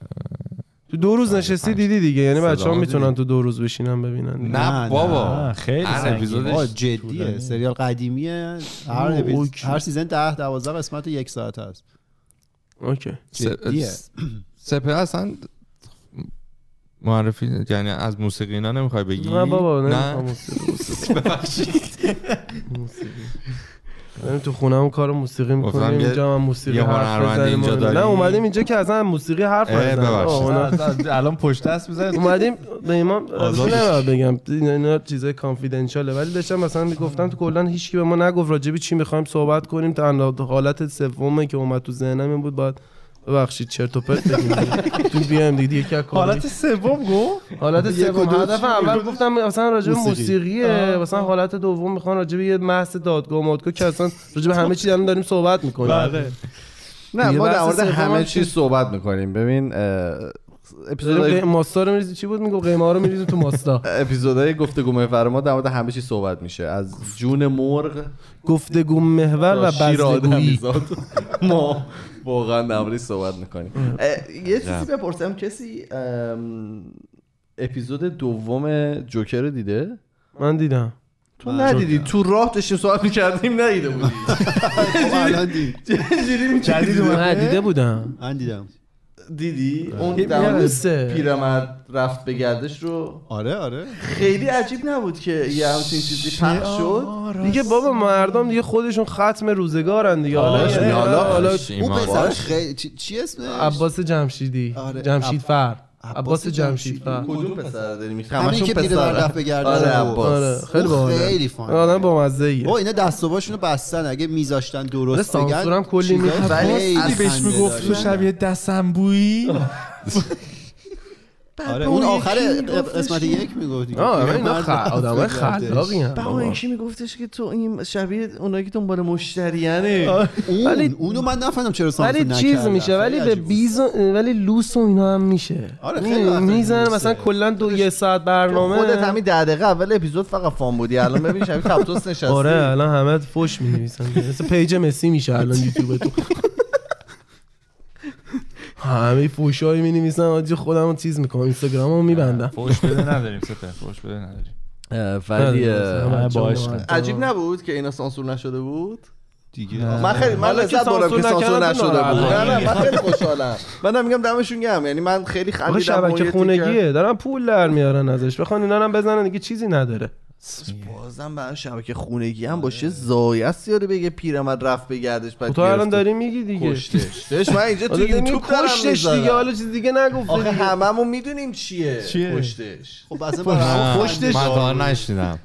Speaker 1: تو دو روز
Speaker 4: چهار.
Speaker 1: نشستی دیدی دیگه یعنی
Speaker 4: صدا
Speaker 1: بچه‌ها
Speaker 4: هم
Speaker 1: میتونن
Speaker 4: دیدی.
Speaker 1: تو دو روز بشینن ببینن
Speaker 4: نه
Speaker 5: نه،
Speaker 4: بابا
Speaker 3: خیلی
Speaker 4: هر
Speaker 3: سنگینه.
Speaker 4: اپیزودش
Speaker 5: آه جدیه
Speaker 3: طولانیه.
Speaker 5: سریال قدیمیه هر,
Speaker 1: اوه،
Speaker 5: اپیز-
Speaker 1: اوکی.
Speaker 5: هر سیزن ده دوازده قسمت یک ساعت هست
Speaker 1: اوکی
Speaker 5: جدیه.
Speaker 4: س- سپه اصلا معرفی یعنی از موسیقی اینا نمیخوای بگی
Speaker 1: نه بابا نه
Speaker 4: نه
Speaker 1: داریم تو خونه هم کار موسیقی
Speaker 4: گفتم
Speaker 1: میکنیم
Speaker 4: خب، یه-
Speaker 1: اینجا هم موسیقی
Speaker 4: یه
Speaker 1: حرف
Speaker 4: هنرمند
Speaker 1: بزنیم
Speaker 4: اینجا
Speaker 1: و اینا. نه
Speaker 4: داری؟
Speaker 1: اومدیم اینجا که اصلا موسیقی حرف
Speaker 4: اه،
Speaker 1: نزنیم
Speaker 4: ببخشید.
Speaker 1: آه، اونا-
Speaker 3: آره، الان پشت دست میزنید
Speaker 1: اومدیم به ایمان
Speaker 4: آزادش.
Speaker 1: نه بگم اینا- اینا چیزای کانفیدنشاله ولی داشتم مثلا میگفتم تو کلا هیچکی به ما نگفت راجبی چی میخوایم صحبت کنیم تنها حالت سومه که اومد تو ذهنم این بود باید ببخشید چرت و پرت بگیم تو بیام دیگه یکی از کارهای-
Speaker 3: حالت سوم گو
Speaker 1: حالت
Speaker 5: یک و
Speaker 1: سوم
Speaker 5: دو
Speaker 1: هدف
Speaker 5: چی؟
Speaker 1: اول گفتم مثلا راجع به
Speaker 5: موسیقی.
Speaker 1: موسیقیه مثلا حالت دوم میخوان راجع به یه محض دادگاه و مادگاه که اصلا راجع به همه چی الان داریم صحبت میکنیم
Speaker 3: بله
Speaker 2: نه
Speaker 1: دیگه
Speaker 2: ما در
Speaker 1: بحث
Speaker 2: مورد
Speaker 1: سوم هم
Speaker 2: همه
Speaker 1: که-
Speaker 2: چیز صحبت میکنیم ببین اه، اپیزودهای
Speaker 1: ماستا رو میریزی چی بود میگو قیمه رو میریزی تو ماستا
Speaker 2: اپیزودهای گفتگو محور ما در مورد همه چیز صحبت میشه از جون مرغ
Speaker 1: گفتگو محور و
Speaker 2: تا شیر
Speaker 1: بزلگویی
Speaker 2: آدمیزاد. ما واقعا در موردش صحبت میکنیم یه چیزی بپرسم کسی ام، اپیزود دوم جوکر رو دیده
Speaker 1: من دیدم
Speaker 2: تو ندیدی تو راه داشتیم صحبت میکردیم ندیده بودی
Speaker 5: خب، الان دید.
Speaker 3: جدید
Speaker 1: نه
Speaker 3: اومده
Speaker 1: دیده بودم
Speaker 5: من دیدم
Speaker 2: دیدی اون
Speaker 1: یه
Speaker 2: در مورد
Speaker 1: میرسه.
Speaker 2: پیرمرد رفت به گردش رو
Speaker 5: آره آره
Speaker 2: خیلی عجیب نبود که یه همچین چیزی پخش شد
Speaker 1: دیگه بابا مردم دیگه خودشون ختم روزگارن دیگه حالا
Speaker 2: آره،
Speaker 1: یه-
Speaker 2: حالا
Speaker 1: حالا
Speaker 4: خوش
Speaker 5: اون
Speaker 4: ایمان.
Speaker 5: پسر خیلی چی, چی اسمش
Speaker 1: عباس جمشیدی
Speaker 5: آره،
Speaker 1: جمشید
Speaker 5: عب-
Speaker 1: فر
Speaker 5: عباس
Speaker 1: عباس جمشید
Speaker 5: جمشیدی.
Speaker 1: فر
Speaker 2: کدوم پسر داری میگی
Speaker 5: همین
Speaker 2: همشون
Speaker 5: که پیر
Speaker 2: پسره.
Speaker 5: رفت به گردن
Speaker 2: آره
Speaker 5: بود.
Speaker 2: عباس
Speaker 1: آره خیلی
Speaker 5: اون
Speaker 1: باحاله
Speaker 5: خیلی فان.
Speaker 1: آدم بامزه ایه
Speaker 5: با اینا دست و باشونو بستن اگه میذاشتن درست
Speaker 1: آره،
Speaker 5: بگن
Speaker 1: سانسور هم کلی
Speaker 5: چیزای
Speaker 1: می‌خواد. خب،
Speaker 5: خیلی
Speaker 3: ولی خب، بهش
Speaker 5: خنده
Speaker 3: میگفت
Speaker 5: داره.
Speaker 3: تو شبیه دسمبویی
Speaker 5: آره اون آخر قسمت یک میگفت دیگه یعنی
Speaker 1: آره
Speaker 5: پیرمرد
Speaker 1: اینا خ...
Speaker 5: رفت به
Speaker 1: آدمای
Speaker 5: گردش.
Speaker 1: خلاقی هم
Speaker 2: بعد اون یکی میگفتش که تو این شبیه اونایی که دنبال مشتریانه
Speaker 5: اون
Speaker 1: ولی-
Speaker 5: اونو من نفهمیدم چرا سانسور
Speaker 1: ولی
Speaker 5: نکردن.
Speaker 1: چیز میشه
Speaker 5: خیلی
Speaker 1: ولی به
Speaker 5: عجیب بود.
Speaker 1: بیز و- ولی لوس و اینا هم میشه
Speaker 5: آره، خیلی وقتا
Speaker 1: میزنه
Speaker 5: لوسه.
Speaker 1: مثلا کلا دو یه ساعت برنامه
Speaker 2: خودت همین ده دقیقه اول اپیزود فقط فان بودی الان ببین شبیه تبتوس نشستی
Speaker 1: آره الان همه فوش می نویسن مثل پیج مسی میشه الان یوتیوب تو همه فوشایی می نویسن آجی خودم رو چیز میکنم اینستاگرام رو میبندم
Speaker 3: فوش بده نداریم سپه فوش بده نداریم
Speaker 2: اه، ولی
Speaker 1: آره.
Speaker 2: اه،
Speaker 3: باش.
Speaker 2: عجیب نبود که اینا سانسور نشده بود
Speaker 5: دیگه
Speaker 2: من خیلی من
Speaker 1: حالا که
Speaker 2: لذت بردم که
Speaker 1: سانسور
Speaker 2: سانسور
Speaker 1: نکردن
Speaker 2: نشده بود
Speaker 1: ناراحت
Speaker 2: نه نه من خیلی خوشحالم من میگم دمشون گرم یعنی من خیلی
Speaker 1: آخه
Speaker 2: خندیدم با اون یه
Speaker 1: شبکه
Speaker 2: تیکه.
Speaker 1: خونگیه دارن پول در میارن ازش بخوان اینا رو هم بزنن دیگه چیزی نداره
Speaker 2: بازم برای شبکه خونگی هم باشه زایست یاره بگه پیرمرد رفت به گردش بعد
Speaker 1: خب تو الان
Speaker 2: گرفته.
Speaker 1: داری میگی دیگه
Speaker 2: کشتش دش من اینجا تو
Speaker 1: حالا دیگه
Speaker 2: یوتیوب دارم
Speaker 1: کشتش
Speaker 2: می‌ذارم.
Speaker 1: دیگه حالا چیز دیگه نگفته
Speaker 2: آخه
Speaker 1: دیگه.
Speaker 2: هممون میدونیم چیه
Speaker 3: چیه؟
Speaker 2: کشتش
Speaker 5: خب اصلا
Speaker 4: نه،
Speaker 5: برای-
Speaker 2: پشتش
Speaker 4: من
Speaker 2: آروم.
Speaker 4: تا نشنیدم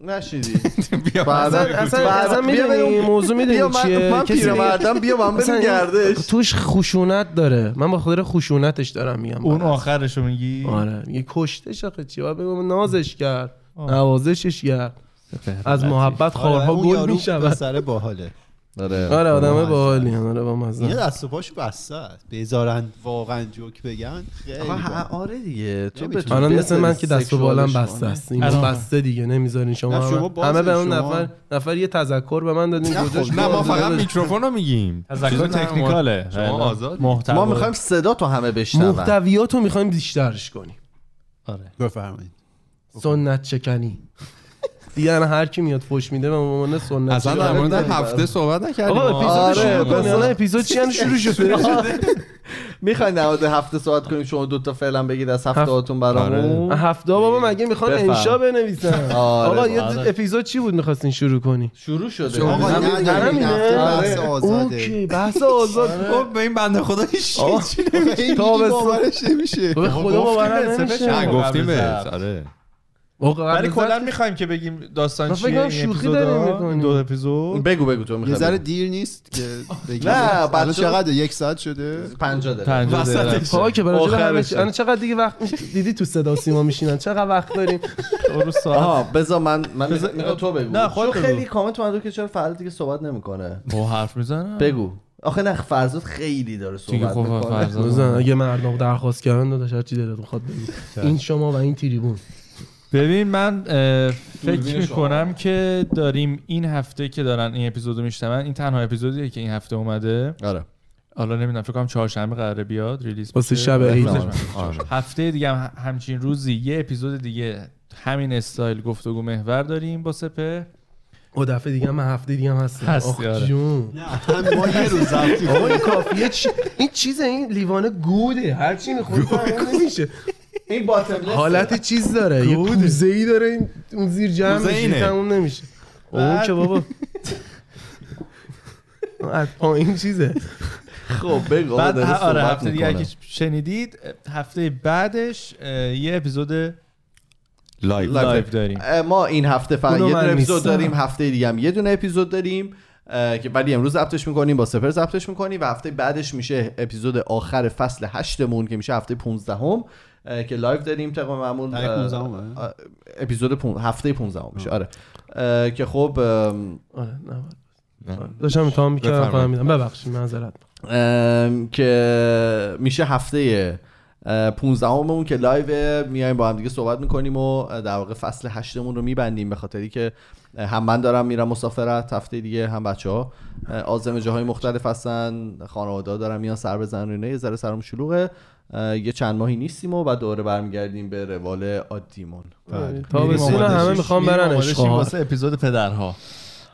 Speaker 2: خب، نشیدی
Speaker 4: بیا
Speaker 2: بعدا
Speaker 1: اصلا- اصلا- اصلا
Speaker 2: بیا
Speaker 1: می‌دونی
Speaker 2: بریم-
Speaker 1: موضوع می‌دونی
Speaker 2: بیا من-
Speaker 1: چیه؟
Speaker 2: من
Speaker 1: کسی-
Speaker 2: پیرمردم بیا من
Speaker 1: اصلا
Speaker 2: بریم گردش
Speaker 1: توش خشونت داره من با خاطر خشونتش دارم میگم
Speaker 3: اون
Speaker 1: برعکس.
Speaker 3: آخرش رو میگی
Speaker 1: آره میگه کشتش آخه چی باید بگم نازش کرد نوازشش کرد از محبت خارها
Speaker 5: آره، اون
Speaker 1: گل
Speaker 5: یارو
Speaker 1: میشود
Speaker 5: پسر باحاله
Speaker 1: آره آدمه باحالی هم، آره با
Speaker 5: اینا
Speaker 1: مزه
Speaker 5: دست و پاشو بسته است. بذارن واقعا جوک بگن خیلی
Speaker 2: آخه ه- آره دیگه تو
Speaker 5: نمی‌تونی.
Speaker 2: بتونی
Speaker 1: الان مثل من
Speaker 2: بذاری
Speaker 1: که دست و بالم
Speaker 2: سکشوالش
Speaker 1: بسته
Speaker 2: کنی.
Speaker 1: است اینو
Speaker 3: الان.
Speaker 1: بسته دیگه نمیذارین شما
Speaker 5: نه،
Speaker 1: همه-
Speaker 5: شما بازه،
Speaker 1: همه به اون
Speaker 5: شما-
Speaker 1: نفر نفر یه تذکر به من دادین
Speaker 5: خب،
Speaker 1: گذاشت
Speaker 4: نه ما
Speaker 1: بازه
Speaker 4: فقط
Speaker 1: دادش.
Speaker 4: میکروفون رو میگیم آره. چیز بله.
Speaker 3: تذکر
Speaker 4: نه،
Speaker 3: تکنیکاله بله.
Speaker 4: شما آزادی.
Speaker 3: محتوا
Speaker 2: ما میخوایم صدا تو همه
Speaker 5: خب.
Speaker 2: بشنون
Speaker 1: محتویات رو میخوایم بیشترش کنیم
Speaker 5: بفرمایید
Speaker 1: سنت چکنی دیدن هر کی میاد فوش میده من عنوان سنت
Speaker 4: اصلا در
Speaker 1: چکنی.
Speaker 4: مورد هفته صحبت نکردیم
Speaker 1: آقا
Speaker 4: آه.
Speaker 1: اپیزود شروع
Speaker 2: آره،
Speaker 1: کنی
Speaker 2: بس.
Speaker 1: حالا اپیزود چی هم شروع شده
Speaker 2: میخواین نهاد هفته ساعت کنیم شما دوتا فعلا بگید از هفته
Speaker 1: هفت- آره.
Speaker 2: هاتون برامون
Speaker 1: هفته بابا مگه میخوان
Speaker 2: بفهم.
Speaker 1: انشا بنویسن
Speaker 2: آره،
Speaker 1: آقا یه
Speaker 2: آره.
Speaker 1: اپیزود چی بود میخواستین شروع کنی
Speaker 2: شروع شده
Speaker 5: آقا
Speaker 2: همین-
Speaker 5: نه نه
Speaker 2: همینه.
Speaker 5: این
Speaker 1: اوکی آره.
Speaker 5: هفته بحث آزاده
Speaker 1: بحث آزاد
Speaker 4: خب به این بنده خدا هیچ
Speaker 1: آه.
Speaker 4: چیز
Speaker 1: تابستون.
Speaker 5: باورش نمیشه
Speaker 1: به خدا باورم
Speaker 4: نه،
Speaker 1: نمیشه
Speaker 4: گفتیم
Speaker 3: قبل
Speaker 4: بهت
Speaker 3: ضبط.
Speaker 4: آره
Speaker 1: آقا
Speaker 3: ولی
Speaker 1: قبل از
Speaker 3: کلا میخوایم که بگیم داستان
Speaker 1: من فکر
Speaker 3: چیه
Speaker 1: کنم
Speaker 3: این
Speaker 1: شوخی
Speaker 3: اپیزودا،
Speaker 1: داریم می‌کنیم.
Speaker 3: این دو اپیزود
Speaker 2: بگو بگو تو
Speaker 5: یه ذره
Speaker 2: میخوای
Speaker 5: دیر نیست که بگی
Speaker 2: نه،
Speaker 5: الان
Speaker 2: بچه-
Speaker 5: چقدر یک ساعت شده
Speaker 2: پنجا داره
Speaker 3: پنجاه دقیقه.
Speaker 1: پاکه برای جلو همه
Speaker 3: آخرشه.
Speaker 1: چی الان چقدر دیگه وقت میشه دیدی تو صدا و سیما میشینن چقدر وقت داریم
Speaker 3: رو ساعت
Speaker 2: آها بذار من من می‌خوام تو بگو
Speaker 3: نه، خودت
Speaker 2: چون
Speaker 3: بگو.
Speaker 2: خیلی کامنت اومد که چرا فردا دیگه صحبت نمیکنه
Speaker 3: با حرف میزنم
Speaker 2: بگو آخه نه فرزاد خیلی داره
Speaker 3: دیگه
Speaker 2: صحبت
Speaker 3: خب
Speaker 2: میکنه
Speaker 3: فرزاد
Speaker 1: بزن اگه مردم درخواست کردن داداش هر چی دلت میخواد بگی این شما و این تریبون
Speaker 3: ببین من اه، فکر
Speaker 2: دوربین شما.
Speaker 3: میکنم که داریم این هفته که دارن این اپیزودو میشنون این تنها اپیزودیه که این هفته اومده
Speaker 2: آره
Speaker 3: حالا نمیدونم فکر کنم چهارشنبه قراره بیاد ریلیز
Speaker 1: واسه
Speaker 3: بشه.
Speaker 1: شب عید.
Speaker 3: آره.
Speaker 2: آره.
Speaker 3: هفته دیگه هم همچین روزی یه اپیزود دیگه همین استایل گفتگو محور داریم با سپه
Speaker 1: او دفعه دیگه هم من هفته دیگه هم هستم
Speaker 3: هستی،
Speaker 1: آخ
Speaker 3: آره.
Speaker 1: جون
Speaker 5: هم ما یه روز رفتیم.
Speaker 1: آقا این کافیه چی؟ این چیز این لیوانه گوده هر چی میخوری نمیشه
Speaker 2: این باتم
Speaker 1: حالت چیز داره یه کوزه ای داره این اون زیر جمع
Speaker 4: کوزه
Speaker 1: میشه
Speaker 4: اینه.
Speaker 1: تموم نمیشه اوه که بابا از پایین چیزه
Speaker 2: خب بگو آقا
Speaker 3: بعد
Speaker 2: داره
Speaker 3: آره
Speaker 2: صحبت
Speaker 3: هفته دیگه
Speaker 2: میکنه.
Speaker 3: اگه شنیدید هفته بعدش اه، یه اپیزود
Speaker 4: لایو
Speaker 3: لایو داریم
Speaker 2: اه، ما این هفته فقط
Speaker 1: اونو
Speaker 2: یه دونه
Speaker 1: من
Speaker 2: اپیزود
Speaker 1: نیستم.
Speaker 2: داریم هفته دیگه هم یه دونه اپیزود داریم اه، که ولی امروز ضبطش میکنیم با سپر ضبطش میکنیم و هفته بعدش میشه اپیزود آخر فصل هشتمون که میشه هفته 15 هم که لایو داریم طبق معمول
Speaker 5: تاریخ
Speaker 2: اه،
Speaker 5: 15ه؟
Speaker 2: اه، اپیزود پون... هفته 15 هم میشه آره اه، که خب ام،
Speaker 1: آره نه داشتم امتحان میکردم
Speaker 4: بفرمایید.
Speaker 1: فهمیدم ببخشید معذرت
Speaker 2: ام، که میشه هفته 15 همون که لایو میایم با هم دیگه صحبت میکنیم و در واقع فصل هشتمون رو میبندیم به خاطری که هم من دارم میرم مسافرت هفته دیگه هم بچه ها آزم جاهای مختلف هستن خانواده ها دارن میان سر بزنن و اینا. یه ذره سرم شلوغه اه، یه چند ماهی نیستیم و بعد دوره برمیگردیم به روال عادیمون
Speaker 1: بله.
Speaker 3: میریم
Speaker 1: تابستون
Speaker 3: آماده‌شیم-
Speaker 1: همه میخوام خب. برن
Speaker 3: میریم آماده‌شیم
Speaker 1: اشغال
Speaker 3: واسه اپیزود پدرها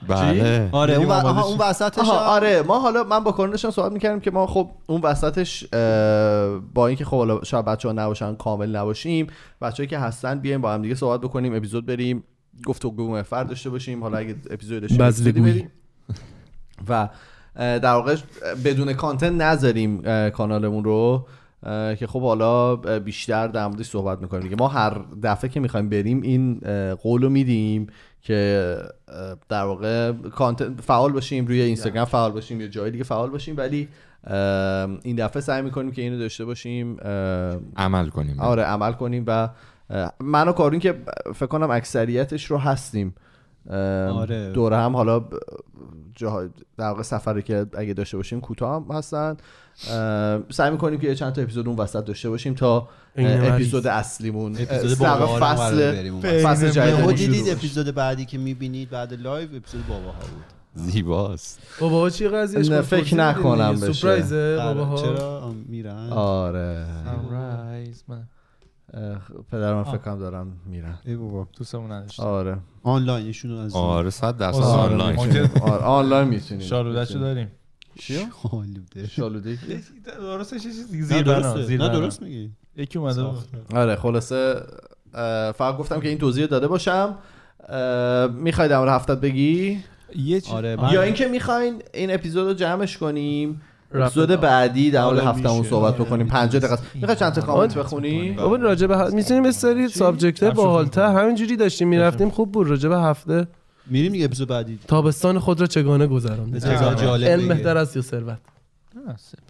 Speaker 4: بله
Speaker 3: آره
Speaker 5: خب. اون
Speaker 3: اون
Speaker 5: و- آها، اون وسطش
Speaker 2: آها،
Speaker 5: هم-
Speaker 2: آره ما حالا من با کارنشان صحبت میکردم که ما خب اون وسطش اه، با اینکه خب حالا شاید بچه ها نباشن کامل نباشیم بچه‌ای که هستن بیایم با هم دیگه صحبت بکنیم اپیزود بریم گفت و گوه محور داشته باشیم حالا اگه اپیزود داشتیم
Speaker 1: بذل
Speaker 2: اپیزودی
Speaker 1: گویی.
Speaker 2: بریم. و اه، در واقع اه، بدون کانتنت نذاریم اه، کانالمون رو اه، که خب حالا اه، بیشتر در موردش صحبت میکنیم دیگه ما هر دفعه که میخوایم بریم این اه، قول رو میدیم که اه، در واقع کانتنت فعال باشیم روی اینستاگرام فعال باشیم یا جای دیگه فعال باشیم ولی اه، این دفعه سعی میکنیم که اینو داشته باشیم اه،
Speaker 4: عمل کنیم
Speaker 2: آره عمل کنیم و اه، من و کارون که ب- فکر کنم اکثریتش رو هستیم آره.
Speaker 5: آره.
Speaker 2: دوره هم حالا ب- جاها- در واقع سفری که اگه داشته باشیم کوتاه هم هستن اه، سعی میکنیم که یه چند تا اپیزود اون وسط داشته باشیم تا اه،
Speaker 1: این مریض.
Speaker 2: اپیزود اصلیمون
Speaker 5: اپیزود
Speaker 2: در واقع
Speaker 5: بابا هارون قراره
Speaker 2: فصل
Speaker 5: بریم اون
Speaker 3: وسط.
Speaker 2: فصل
Speaker 5: یهو
Speaker 2: جدیدمون شروع
Speaker 5: دیدید
Speaker 2: بشه.
Speaker 5: اپیزود بعدی که میبینید بعد لایو اپیزود باباها بود
Speaker 4: زیباست
Speaker 1: بابا چی قضیهش
Speaker 2: نه،
Speaker 1: من
Speaker 2: فکر
Speaker 1: پرسیدی
Speaker 2: نکنم
Speaker 1: دیگه.
Speaker 2: بشه.
Speaker 1: سورپرایزه بابا
Speaker 5: قرار-
Speaker 1: ها
Speaker 5: آره، بله، چرا آم، میرن
Speaker 2: آره
Speaker 3: سنرایز من
Speaker 2: اه، پدر من فکر کنم دارم میرن
Speaker 5: ای بابا
Speaker 3: دوستمون نداشتم
Speaker 2: آره
Speaker 5: آنلاینشون رو از زیر.
Speaker 4: آره صد درصد
Speaker 3: آره.
Speaker 4: آنلاین
Speaker 3: آنلاین.
Speaker 2: آره، آنلاین میتونیم
Speaker 3: شالودشو داریم
Speaker 2: چیو؟
Speaker 5: آلوده.
Speaker 2: شالوده
Speaker 3: درستش یه چیزی
Speaker 5: نه
Speaker 3: زیر بنا
Speaker 5: درسته.
Speaker 3: زیر
Speaker 5: نه
Speaker 3: بنا.
Speaker 5: درست میگی
Speaker 3: یکی اومده
Speaker 5: ساخت.
Speaker 3: بود.
Speaker 2: آره خلاصه اه، فقط گفتم که این توضیح داده باشم میخواید امر هفتت بگی
Speaker 3: یه چیز
Speaker 5: آره،
Speaker 2: یا اینکه میخواین این اپیزود رو جمعش کنیم
Speaker 1: رفت
Speaker 2: اپیزود
Speaker 1: آه.
Speaker 2: بعدی در حال
Speaker 3: آره،
Speaker 2: هفتمون
Speaker 3: میشه.
Speaker 2: صحبت
Speaker 3: آره،
Speaker 2: بکنیم 50 دقیقه است. میخوای چند تا کامنت
Speaker 1: آره.
Speaker 2: بخونی
Speaker 5: بله.
Speaker 1: بابا راجع به میتونیم یه سری سابجکت
Speaker 3: افشار
Speaker 1: باحالتر همینجوری داشتیم میرفتیم خوب بود راجع به هفته
Speaker 5: میریم دیگه اپیزود بعدی
Speaker 1: تابستان خود را چگونه گذراندید
Speaker 5: بذار جالب
Speaker 1: علم
Speaker 5: بگه.
Speaker 1: بهتر است یا ثروت
Speaker 3: نه، سپه.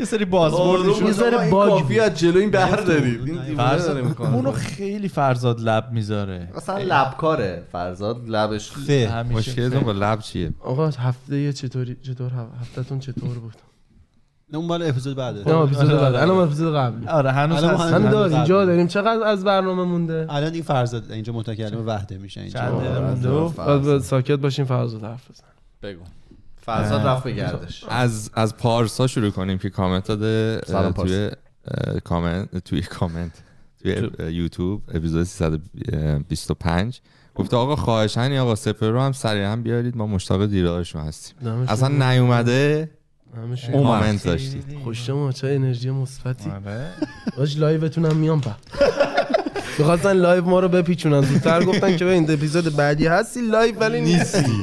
Speaker 2: یه سری بازورد
Speaker 1: یه ذره باگ بود.
Speaker 2: بیاد جلو این بر داریم این دیوونه
Speaker 3: فرزاد
Speaker 2: داره می‌کنه.
Speaker 3: آره. اونو خیلی فرزاد لب میذاره
Speaker 2: اصلا لبکاره فرزاد لبش
Speaker 5: فه
Speaker 3: همیشه
Speaker 4: مشکلتون با لب چیه
Speaker 1: آقا هفته چطوری چطور هف- هفتهتون چطور بود
Speaker 5: نه اون مال اپیزود بعده
Speaker 1: نه اپیزود بعد الان اپیزود قبلی
Speaker 3: آره هنوز
Speaker 5: الان
Speaker 3: هست
Speaker 5: هنوز
Speaker 1: هم داریم
Speaker 5: قبلی.
Speaker 1: جا داریم چقدر از برنامه مونده
Speaker 5: الان دیگه فرزاد اینجا متکلم وحده میشه
Speaker 3: چند
Speaker 5: اینجا
Speaker 3: دقیقه مونده و-
Speaker 1: بعد ساکت باشیم فرزاد حرف بزن
Speaker 2: بگو فرزاد رفت به گردش
Speaker 4: از از پارسا شروع کنیم که کامنت داده اه،
Speaker 2: سلام پارسا.
Speaker 4: توی اه، کامنت توی کامنت توی اپ- اه، یوتیوب اپیزود 325 گفته آقا خواهشن این آقا سپر رو هم سریعا بیارید ما مشتاق دیدارشون هستیم
Speaker 1: دمشون
Speaker 4: اصلا نیومده
Speaker 1: همشون.
Speaker 4: اون کامنت داشتید
Speaker 1: خوش شما چه انرژی مثبتی
Speaker 3: آره.
Speaker 1: داش لایوتون هم میام بعد میخواستن لایو ما رو بپیچونن زودتر گفتن که ببین اپیزود بعدی هستی لایو ولی نیستی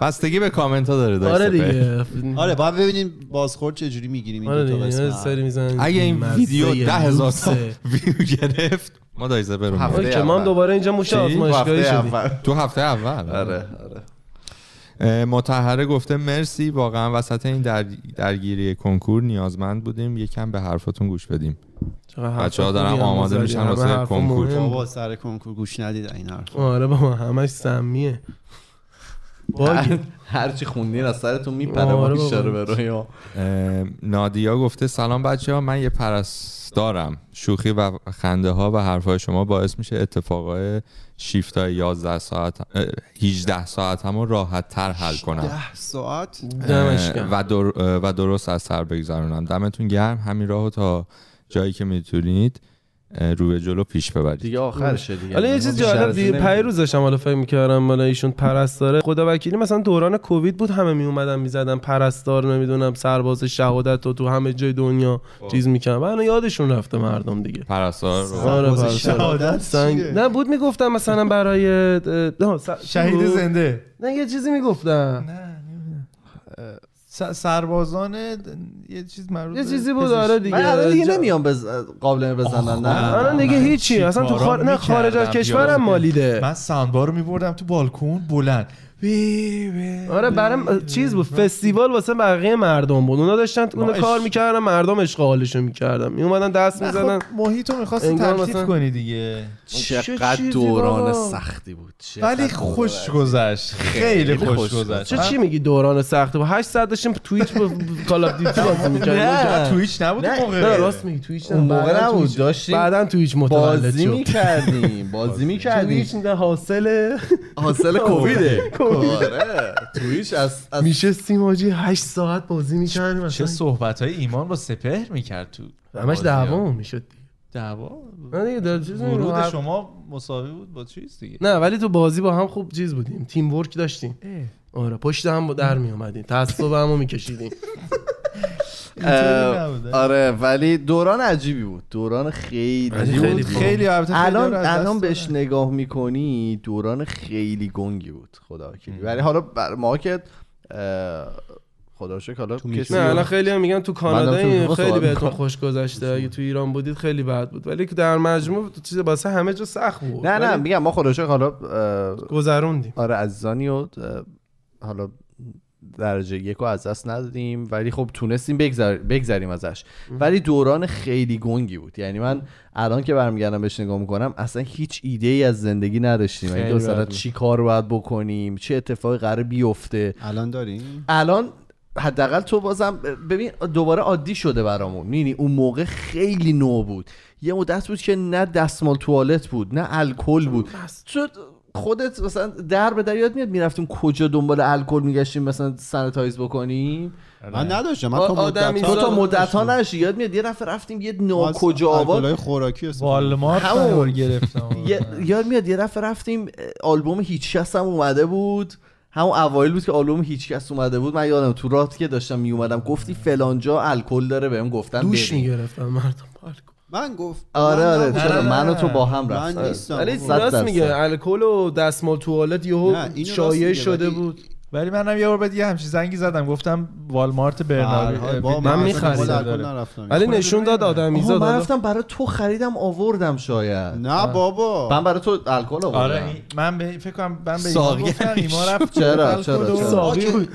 Speaker 4: بستگی به کامنت ها داره داشت
Speaker 1: آره
Speaker 4: سپر.
Speaker 1: دیگه
Speaker 5: آره باید ببینیم بازخورد چجوری میگیریم این
Speaker 1: آره
Speaker 5: دو تا
Speaker 1: دیگه یه
Speaker 5: قسمت
Speaker 1: سری میزنن
Speaker 4: اگه این
Speaker 1: مزه
Speaker 4: ویدیو ده هزار تا
Speaker 1: لوسه.
Speaker 4: ویو گرفت ما دایی سپر رو می‌بریم.
Speaker 2: هفته
Speaker 1: اوکی ما هم
Speaker 2: اول.
Speaker 1: دوباره اینجا موش
Speaker 4: چی؟
Speaker 1: آزمایشگاهی
Speaker 2: هفته
Speaker 1: شدیم
Speaker 2: اول
Speaker 4: تو هفته اول
Speaker 2: آره آره
Speaker 4: متحره گفته مرسی واقعا وسط این در... درگیری کنکور نیازمند بودیم یکم به حرفاتون گوش بدیم بچه‌ها دارن آماده میشن واسه کنکور.
Speaker 5: بابا سر کنکور گوش ندید این حرف
Speaker 1: آره بابا همش سمیه باگ
Speaker 2: هرچی خوندین از سرتون میپره ما
Speaker 1: آره بابا.
Speaker 2: بیشتر به روی ما.
Speaker 4: اه، نادیا گفته سلام بچه ها من یه پرستارم شوخی و خنده ها و حرف های شما باعث میشه اتفاقای شیفت های 11 ساعت اه، 18 ساعت هم راحت تر حل کنم
Speaker 5: ده ساعت
Speaker 1: دمش
Speaker 4: اه،
Speaker 1: گرم.
Speaker 4: و, در- اه، و درست از سر بگذرونم دمتون گرم همین راهو تا جایی که میتونید رو به جلو پیش ببرید
Speaker 2: دیگه آخرشه دیگه
Speaker 1: حالا یه
Speaker 2: ما
Speaker 1: چیز
Speaker 2: یعنی بیشتر
Speaker 1: جالب
Speaker 2: از این
Speaker 1: دیگه
Speaker 2: نمی‌گیم.
Speaker 1: پری روز داشتم حالا فکر می‌کردم بالا ایشون پرستاره خدا وکیلی مثلا دوران کووید بود همه می اومدن میزدن پرستار نمیدونم سرباز شهادت و تو همه جای دنیا
Speaker 2: خب.
Speaker 1: چیز میکنن من یادشون رفته مردم دیگه
Speaker 4: پرستار رو
Speaker 1: آره
Speaker 5: سرباز
Speaker 1: پرستار.
Speaker 5: شهادت
Speaker 1: سنگ
Speaker 5: چیه؟
Speaker 1: نه بود میگفتم مثلا برای اه، نه، س- چی
Speaker 3: شهید
Speaker 1: بود؟
Speaker 3: زنده
Speaker 1: نه یه چیزی میگفتم
Speaker 3: س- سربازان د- یه چیز مربوط
Speaker 1: یه
Speaker 3: به
Speaker 1: چیزی بود
Speaker 3: پزشکی.
Speaker 1: آره دیگه
Speaker 2: من الان دیگه
Speaker 1: جا-
Speaker 2: نمیام بز... قابلمه بزنن نه
Speaker 1: الان دیگه
Speaker 3: من
Speaker 1: هیچی
Speaker 3: چی
Speaker 1: اصلا تو
Speaker 3: کارا
Speaker 1: خار... نه خارج از
Speaker 3: می‌کردم،
Speaker 1: کشورم
Speaker 3: یارو.
Speaker 1: مالیده
Speaker 3: من ساندبار رو میبردم تو بالکون بلند وی وی
Speaker 1: آره
Speaker 3: وی.
Speaker 1: برام چیز بود فستیوال واسه بقیه مردم بود اونا داشتن
Speaker 3: ما
Speaker 1: اون
Speaker 3: اش-
Speaker 1: کار میکردن مردم اشغالشو میکردن میومدن دست
Speaker 3: نه،
Speaker 1: میزدن
Speaker 3: خب محیط رو میخواستی
Speaker 1: انگار
Speaker 3: تلطیف
Speaker 1: مثلا-
Speaker 3: کنی دیگه
Speaker 1: چه
Speaker 2: چقدر
Speaker 1: چیزی
Speaker 2: دوران
Speaker 1: بابا.
Speaker 2: سختی بود چقدر
Speaker 3: ولی
Speaker 2: دوران
Speaker 3: خوش گذشت خیلی
Speaker 2: خوش
Speaker 3: خوش
Speaker 1: چه
Speaker 3: گذشت
Speaker 1: چی میگی دوران سخته بود 8 ساعت داشتیم تویچ با کال اف دیوتی بازی میکردیم
Speaker 2: نه.
Speaker 3: تویچ نبود اون موقع
Speaker 1: نه راست میگی تویچ نه
Speaker 2: اون موقع
Speaker 1: بعداً
Speaker 2: نبود،
Speaker 1: توییچ-
Speaker 2: داشتیم
Speaker 1: بعداً تویچ متولد
Speaker 2: بازی
Speaker 1: شد
Speaker 2: میکردیم بازی میکردیم
Speaker 1: تویچ نه حاصل
Speaker 2: حاصل کوویده
Speaker 1: کووید.
Speaker 2: آره تویش از از
Speaker 1: میشه سیماجی 8 ساعت بازی میکردیم
Speaker 3: چه صحبت های ایمان با سپهر میکرد تو
Speaker 1: همش دعوامون میشد
Speaker 3: دعوا
Speaker 1: نه دیگه در چیز نمی‌گم.
Speaker 3: ورود
Speaker 1: حرف-
Speaker 3: شما مساوی بود با چیز دیگه
Speaker 1: نه ولی تو بازی با هم خوب چیز بودیم تیم ورک داشتیم آره پشت هم در می اومدیم تعصب همو میکشیدیم
Speaker 3: اینطوری نبوده.
Speaker 2: آره ولی دوران عجیبی بود دوران خیلی
Speaker 1: ولی
Speaker 2: بود.
Speaker 1: خیلی
Speaker 3: خیلی البته خیلی
Speaker 2: الان
Speaker 3: رو از دست
Speaker 2: الان
Speaker 3: دادن.
Speaker 2: بهش نگاه میکنی دوران خیلی گنگی بود خدا وکیلی ولی حالا بر ما که اه، خدا رو شکر حالا کسی
Speaker 1: نه الان خیلی هم میگن تو کانادا
Speaker 2: منم تو
Speaker 1: این
Speaker 2: اروپا
Speaker 1: خیلی
Speaker 2: صحبت
Speaker 1: بهتون
Speaker 2: می‌کنم.
Speaker 1: خوش گذشته اگه تو ایران بودید خیلی بد بود ولی که در مجموع تو چیز واسه همه جا سخت بود
Speaker 2: نه نه
Speaker 1: ولی
Speaker 2: میگم ما خدا رو شکر حالا اه،
Speaker 1: گذروندیم
Speaker 2: آره عزیزانی و اه، حالا درجه یک رو از دست ندادیم ولی خب تونستیم بگذر... بگذریم ازش ولی دوران خیلی گنگی بود یعنی من الان که برمیگردم بهش نگاه میکنم اصلا هیچ ایده ای از زندگی نداشتیم یعنی
Speaker 3: خیلی
Speaker 2: مثلا
Speaker 3: بد بود.
Speaker 2: چی کار باید بکنیم چه اتفاقی قرار بیفته
Speaker 5: الان داریم
Speaker 2: الان حداقل تو بازم ببین دوباره عادی شده برامون می‌بینی اون موقع خیلی نو بود یه مدت بود که نه دستمال توالت بود نه الکل بود تو خودت مثلا در به در یاد میاد میرفتیم کجا دنبال الکل میگشتیم مثلا سنتایز بکنیم
Speaker 5: من نداشتم من
Speaker 1: آ-
Speaker 5: تا
Speaker 1: آدمی
Speaker 5: مدت
Speaker 2: تو تا
Speaker 1: داشتم.
Speaker 2: مدت ها نشی یاد میاد یه دفعه رفتیم یه ناکجا آباد
Speaker 5: خوراکی استفاده
Speaker 3: والمارت
Speaker 2: همون.
Speaker 3: قرار گرفتم
Speaker 2: یه- یاد میاد یه دفعه رفتیم اه، آلبوم هیچکس هم اومده بود همون اوایل بود که آلبوم هیچکس اومده بود من یادم تو رات که داشتم میومدم گفتی فلانجا الکل داره بهم گفتن
Speaker 1: دوش
Speaker 2: بریم.
Speaker 1: میگرفتم مردم پارک
Speaker 5: من گفت
Speaker 2: آره
Speaker 5: من
Speaker 2: آره
Speaker 5: نبودم.
Speaker 2: چرا
Speaker 3: نه،
Speaker 2: من و
Speaker 3: نه.
Speaker 2: تو با هم
Speaker 5: من
Speaker 2: رفتیم
Speaker 5: نیستم
Speaker 1: ولی
Speaker 5: بابا.
Speaker 2: صد
Speaker 1: خب، راست
Speaker 2: درصد.
Speaker 1: میگه الکل و دستمال توالت
Speaker 5: نه،
Speaker 1: یهو
Speaker 5: اینو راست
Speaker 1: شایع
Speaker 5: میگه،
Speaker 1: شده
Speaker 5: ولی- خب،
Speaker 1: بود
Speaker 3: ولی منم یه بار بعد یه همچین زنگی زدم گفتم والمارت
Speaker 5: آره،
Speaker 3: برنار
Speaker 5: بابا،
Speaker 1: من
Speaker 5: اصلا
Speaker 1: می‌خریدم.
Speaker 5: دنبال الکل
Speaker 3: داره.
Speaker 5: نرفتم.
Speaker 1: ولی نشون داد
Speaker 2: آها،
Speaker 1: آدمیزاد
Speaker 2: من
Speaker 1: حالا.
Speaker 2: رفتم برای تو خریدم آوردم شاید
Speaker 5: نه بابا
Speaker 2: من برای تو الکل آوردم
Speaker 3: آره این- من به فکر کنم من به ایمان
Speaker 2: ساقی
Speaker 3: گفتم ایمان رفت
Speaker 2: چرا،
Speaker 3: گفت
Speaker 2: چرا،
Speaker 3: الکل و-
Speaker 2: چرا؟
Speaker 1: ساقی
Speaker 5: آکه.
Speaker 1: بود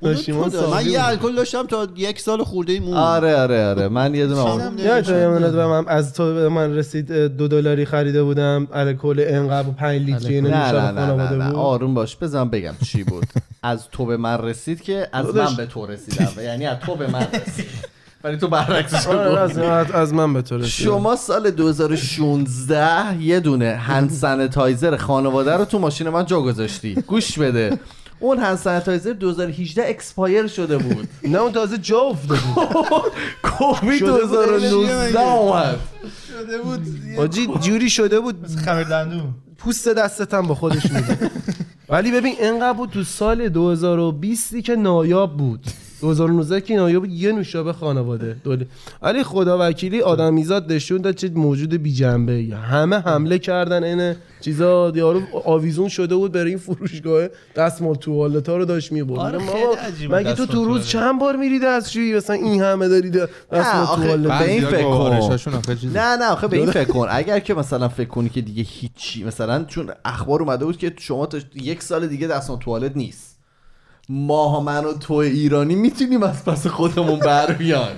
Speaker 5: اونو
Speaker 1: داشتیم،
Speaker 5: تو
Speaker 1: اون
Speaker 5: داری.
Speaker 1: ساقی
Speaker 5: من یه
Speaker 1: بود.
Speaker 5: الکل داشتم تا یک سال خورده ای مون
Speaker 2: آره آره آره من یه دونه آوردم.
Speaker 5: شبم
Speaker 1: یادت
Speaker 5: نمی‌شه.
Speaker 1: به من از تو به من رسید اه، دو دلاری خریده بودم الکل انقدر 5 لیتری اینو
Speaker 2: نه نه
Speaker 1: نوشابه
Speaker 2: نه نه,
Speaker 1: خانواده
Speaker 2: نه. آره.
Speaker 1: بود
Speaker 2: آروم باش بزن بگم چی بود از تو به من رسید که از
Speaker 1: داداش.
Speaker 2: من به تو رسیدم یعنی از تو به من رسید ولی تو برعکسش رو
Speaker 1: آره،
Speaker 2: گفتی.
Speaker 1: از- از- از من به تو رسید
Speaker 2: شما سال 2016 یه دونه هند سانیتایزر خانواده رو تو ماشین من جا گذاشتی گوش بده اون هند سانیتایزر 2018 اکسپایر شده بود
Speaker 1: نه اون تازه جا افتاده بود
Speaker 2: کووید
Speaker 1: شده بود،
Speaker 2: 2019 اومد
Speaker 3: شده بود یه
Speaker 1: آجی جوری شده بود
Speaker 3: خمیر دندون
Speaker 1: پوست دستتم با خودش میده ولی ببین انقدر بود تو سال 2020 که نایاب بود 2019 که نایاب بود یه نوشابه خانواده دوله. ولی خدا وکیلی آدمیزاد نشون داد چه موجود بی جنبه همه حمله کردن این چیزا یارو آویزون شده بود برای این فروشگاه دستمال توالت ها رو داشت میبرد
Speaker 3: آره، خیلی عجیبه
Speaker 1: مگه تو تو
Speaker 3: دستمال
Speaker 1: روز
Speaker 3: توالت.
Speaker 1: چند بار میری دستشویی مثلا این همه داری
Speaker 2: نه،
Speaker 1: دستمال
Speaker 2: آخه
Speaker 1: توالت
Speaker 2: به این
Speaker 4: بعضیا
Speaker 2: فکر کن.
Speaker 4: گوارشاشون آخه چیز-
Speaker 2: نه نه آخه به این فکر کن اگر که مثلا فکر کنی که دیگه هیچی مثلا چون اخبار اومده بود که شما تا یک سال دیگه دستان توالت نیست ماها من و تو ایرانی میتونیم از پس خودمون بر بیان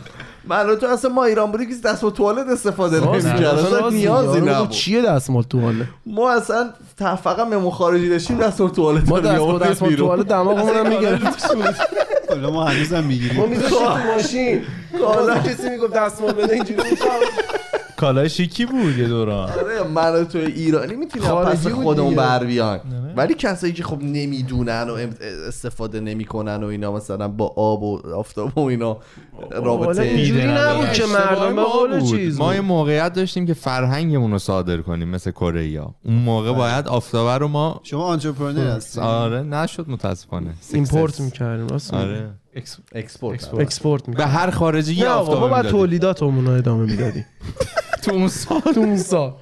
Speaker 2: من تو اصلا ما ایران بودی که دست و توالت استفاده نمی‌کرد اصلا
Speaker 3: آره،
Speaker 2: نیازی نبود
Speaker 1: چیه دستمال توالت
Speaker 2: ما اصلا تا- فقط ممو خارجی داشتیم دست و توالت
Speaker 1: ما
Speaker 2: رو می‌آوردیم
Speaker 1: دست دستمال
Speaker 2: بیرون.
Speaker 1: توالت دماغمون هم میگرفت
Speaker 5: حالا ما هنوزم
Speaker 1: ما
Speaker 5: میگیریم
Speaker 1: میذاشتیم تو ماشین حالا کسی میگفت دستمال بده اینجوری
Speaker 3: کالای شیکی بود یه دوران
Speaker 2: آره من و تو ایرانی میتونیم
Speaker 1: خارجی
Speaker 2: پس
Speaker 1: بود
Speaker 2: خودمون
Speaker 1: دیگه.
Speaker 2: بر بیایم ولی کسایی که خب نمیدونن و ام- استفاده نمیکنن و اینا مثلا با آب و آفتاب و اینا
Speaker 1: حالا
Speaker 2: رابطه
Speaker 1: اینجوری
Speaker 3: دیده نداره.
Speaker 1: نبود که مردم به قول چیز
Speaker 4: ما
Speaker 1: بود.
Speaker 4: یه موقعیت داشتیم که فرهنگمون رو صادر کنیم مثل کره ها اون موقع
Speaker 2: بله.
Speaker 4: باید آفتابه رو ما
Speaker 5: شما آنترپرنر هستی
Speaker 4: آره نشد متاسفانه Success.
Speaker 1: ایمپورت میکردیم راست میگی.
Speaker 4: آره
Speaker 2: اکسپورت
Speaker 1: اکسپورت
Speaker 4: به
Speaker 1: میکردیم
Speaker 4: هر خارجی
Speaker 1: نه
Speaker 4: یه
Speaker 1: آقا ما
Speaker 4: آفتابه
Speaker 1: بعد
Speaker 4: میدادیم
Speaker 1: تولیداتمون رو ادامه میدادیم
Speaker 4: تو اون سال
Speaker 1: تو اون سال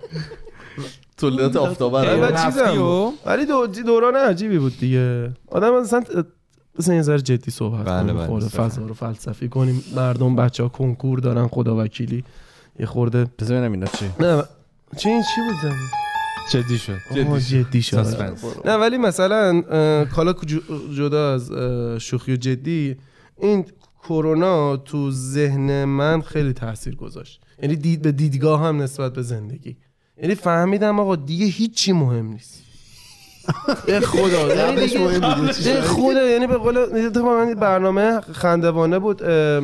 Speaker 2: تولیدات آفتابه
Speaker 3: آره،
Speaker 1: ای
Speaker 2: رو
Speaker 1: بابا. چیزم
Speaker 4: رفتی و-
Speaker 1: ولی دو دوران عجیبی بود دیگه آدم اصلا مثلا یه ذره جدی صحبت
Speaker 4: بله،
Speaker 1: کنیم
Speaker 4: بله،
Speaker 1: خورده
Speaker 4: صحبت.
Speaker 1: فضا رو فلسفی کنیم مردم بچه ها کنکور دارن خدا وکیلی یه خورده
Speaker 2: بذار ببینم اینا چی
Speaker 1: نه چه این چی بود زمین؟
Speaker 3: جدی شد
Speaker 1: آها، جدی شد
Speaker 3: ساسپنس.
Speaker 1: نه ولی مثلا اه، کالا کجو- جدا از اه، شوخی و جدی این کرونا تو ذهن من خیلی تاثیر گذاشت یعنی دید به دیدگاه هم نسبت به زندگی یعنی فهمیدم آقا دیگه هیچی مهم نیست به خدا یعنی
Speaker 5: قبلش
Speaker 1: دیگه
Speaker 5: مهم بوده چی
Speaker 1: به
Speaker 5: شد؟
Speaker 1: خدا یعنی به قول اتفاقاً این برنامه خندوانه بود اه،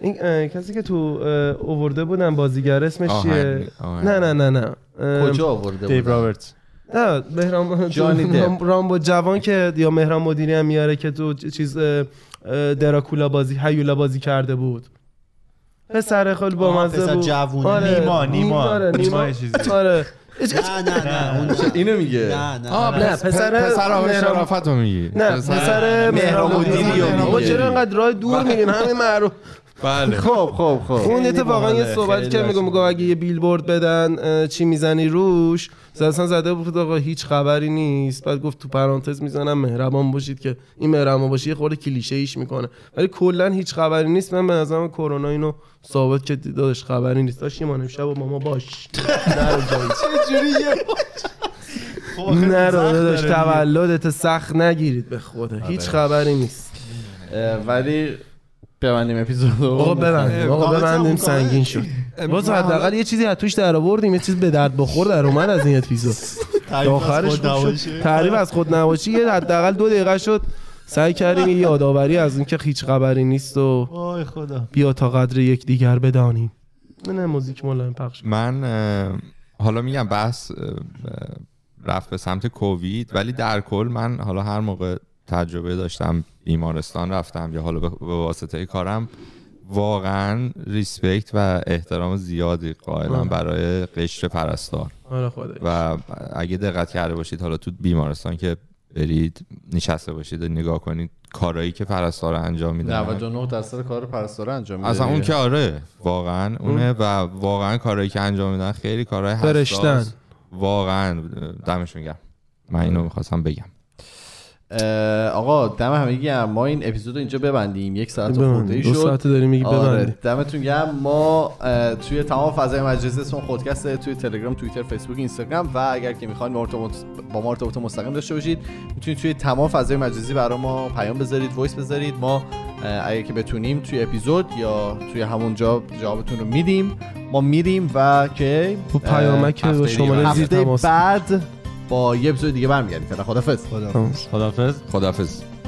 Speaker 1: این اه، کسی که تو اه، اوورده بودن بازیگر اسمش چیه
Speaker 4: آهنگ- آهنگ.
Speaker 1: نه نه نه نه اه،
Speaker 2: کجا آورده
Speaker 3: دیو
Speaker 2: بودن؟
Speaker 3: رابرتس
Speaker 1: نه مهران
Speaker 2: جانی
Speaker 1: تو-
Speaker 2: دپ.
Speaker 1: رام- رامبو جوان که یا مهران مدیری هم میاره که تو چ- چیز اه، اه، دراکولا بازی هیولا بازی کرده بود پسر خیلی با مزه
Speaker 5: پسر
Speaker 1: بود
Speaker 5: جوونه.
Speaker 3: نیما، نیما.
Speaker 1: آره،
Speaker 3: نیما یه چیزی.
Speaker 1: آره هیچ- هیچ-
Speaker 5: نه نه نه اون
Speaker 2: چه- اینو میگه
Speaker 5: نه نه
Speaker 4: آه
Speaker 1: نه،
Speaker 4: پس-
Speaker 1: بله، پسر-
Speaker 4: پسر آقای
Speaker 1: مهران-
Speaker 4: شرافت رو میگی
Speaker 1: نه پسر مهران
Speaker 2: مهران
Speaker 1: مدیری
Speaker 2: مدیری رو
Speaker 1: آقا
Speaker 2: میگه.
Speaker 1: چرا اینقدر راه دور میرین همه معروف
Speaker 4: بله
Speaker 2: خب خب خب
Speaker 1: اون اتفاقا یه
Speaker 3: باحاله،
Speaker 1: صحبت
Speaker 3: خیلی
Speaker 1: که میگم
Speaker 3: عجیبه.
Speaker 1: میگم اگه یه بیلبورد بدن اه، چی میزنی روش زد- اصلا زده بود آقا هیچ خبری نیست بعد گفت تو پرانتز میزنم مهربان باشید که این مهربان باشه یه خورده کلیشه ایش میکنه ولی کلا هیچ خبری نیست من به نظرم کرونا اینو ثابت که دادش خبری نیست داشت ایمان امشب با ماما باش نه رو داداش تولدت سخت نگیرید به خدا هیچ خبری نیست
Speaker 2: اه، ولی ببندیم اپیزودو
Speaker 1: آقا بله. ببندیم آقا
Speaker 5: کامنت هم
Speaker 1: ببندیم
Speaker 5: اون کامنت.
Speaker 1: سنگین شد باز
Speaker 4: من حالا-
Speaker 1: حداقل یه چیزی از توش در آوردیم یه چیز به درد بخور در اومد از این اپیزود
Speaker 5: تعریف از
Speaker 1: آخرش
Speaker 5: خود
Speaker 1: خوب شد.
Speaker 5: نباشه.
Speaker 1: تعریف از خود نباشی یه حداقل دو دقیقه شد سعی کردیم یه یادآوری از اینکه هیچ خبری نیست و
Speaker 5: وای خدا
Speaker 1: بیا تا قدر یکدیگر بدانیم نه نه موزیک ملایم پخش کن.
Speaker 4: من اه، حالا میگم بحث اه، رفت به سمت کووید ولی در کل من حالا هر موقع تجربه داشتم بیمارستان رفتم یا حالا به به واسطه کارم واقعا ریسپکت و احترام زیادی قائلم برای قشر پرستار
Speaker 1: آره خدا
Speaker 4: و اگه دقت کرده باشید حالا تو بیمارستان که برید نشسته باشید و نگاه کنید کارایی که پرستار انجام میدن
Speaker 2: 99 درصد کار پرستاره انجام میده
Speaker 4: اصلا اون
Speaker 2: دیگه.
Speaker 4: که آره واقعا اونه و واقعا کارهایی که انجام میدن خیلی کارهای حساس
Speaker 1: فرشتن.
Speaker 4: واقعا دمشون گرم من اینو میخواستم بگم
Speaker 2: اه، آقا دم همه گرم ما این اپیزود رو اینجا ببندیم یک ساعت و خورده
Speaker 1: ببندیم.
Speaker 2: ای
Speaker 1: دو
Speaker 2: شد
Speaker 1: ساعته داری میگی
Speaker 2: آره
Speaker 1: ببندیم
Speaker 2: دمتون گرم ما اه، توی تمام فضای مجازی اسم خودکسته توی تلگرام توییتر فیسبوک اینستاگرام و اگر که میخواین ما ارتباط- با ما ارتباط مستقیم داشته باشید میتونید توی تمام فضای مجازی برای ما پیام بذارید وایس بذارید ما اه، اگر که بتونیم توی اپیزود یا توی همونجا جوابتون رو میدیم ما میریم و که
Speaker 1: تو پیامک
Speaker 4: هفته
Speaker 1: با شماره
Speaker 4: دیگه.
Speaker 1: زیر
Speaker 2: هفته
Speaker 1: تماس
Speaker 2: بعد با یه اپیزود دیگه برمیگردیم فعلا خدافظ
Speaker 5: خدا
Speaker 1: تمام.
Speaker 3: خدافظ
Speaker 4: خداحافظ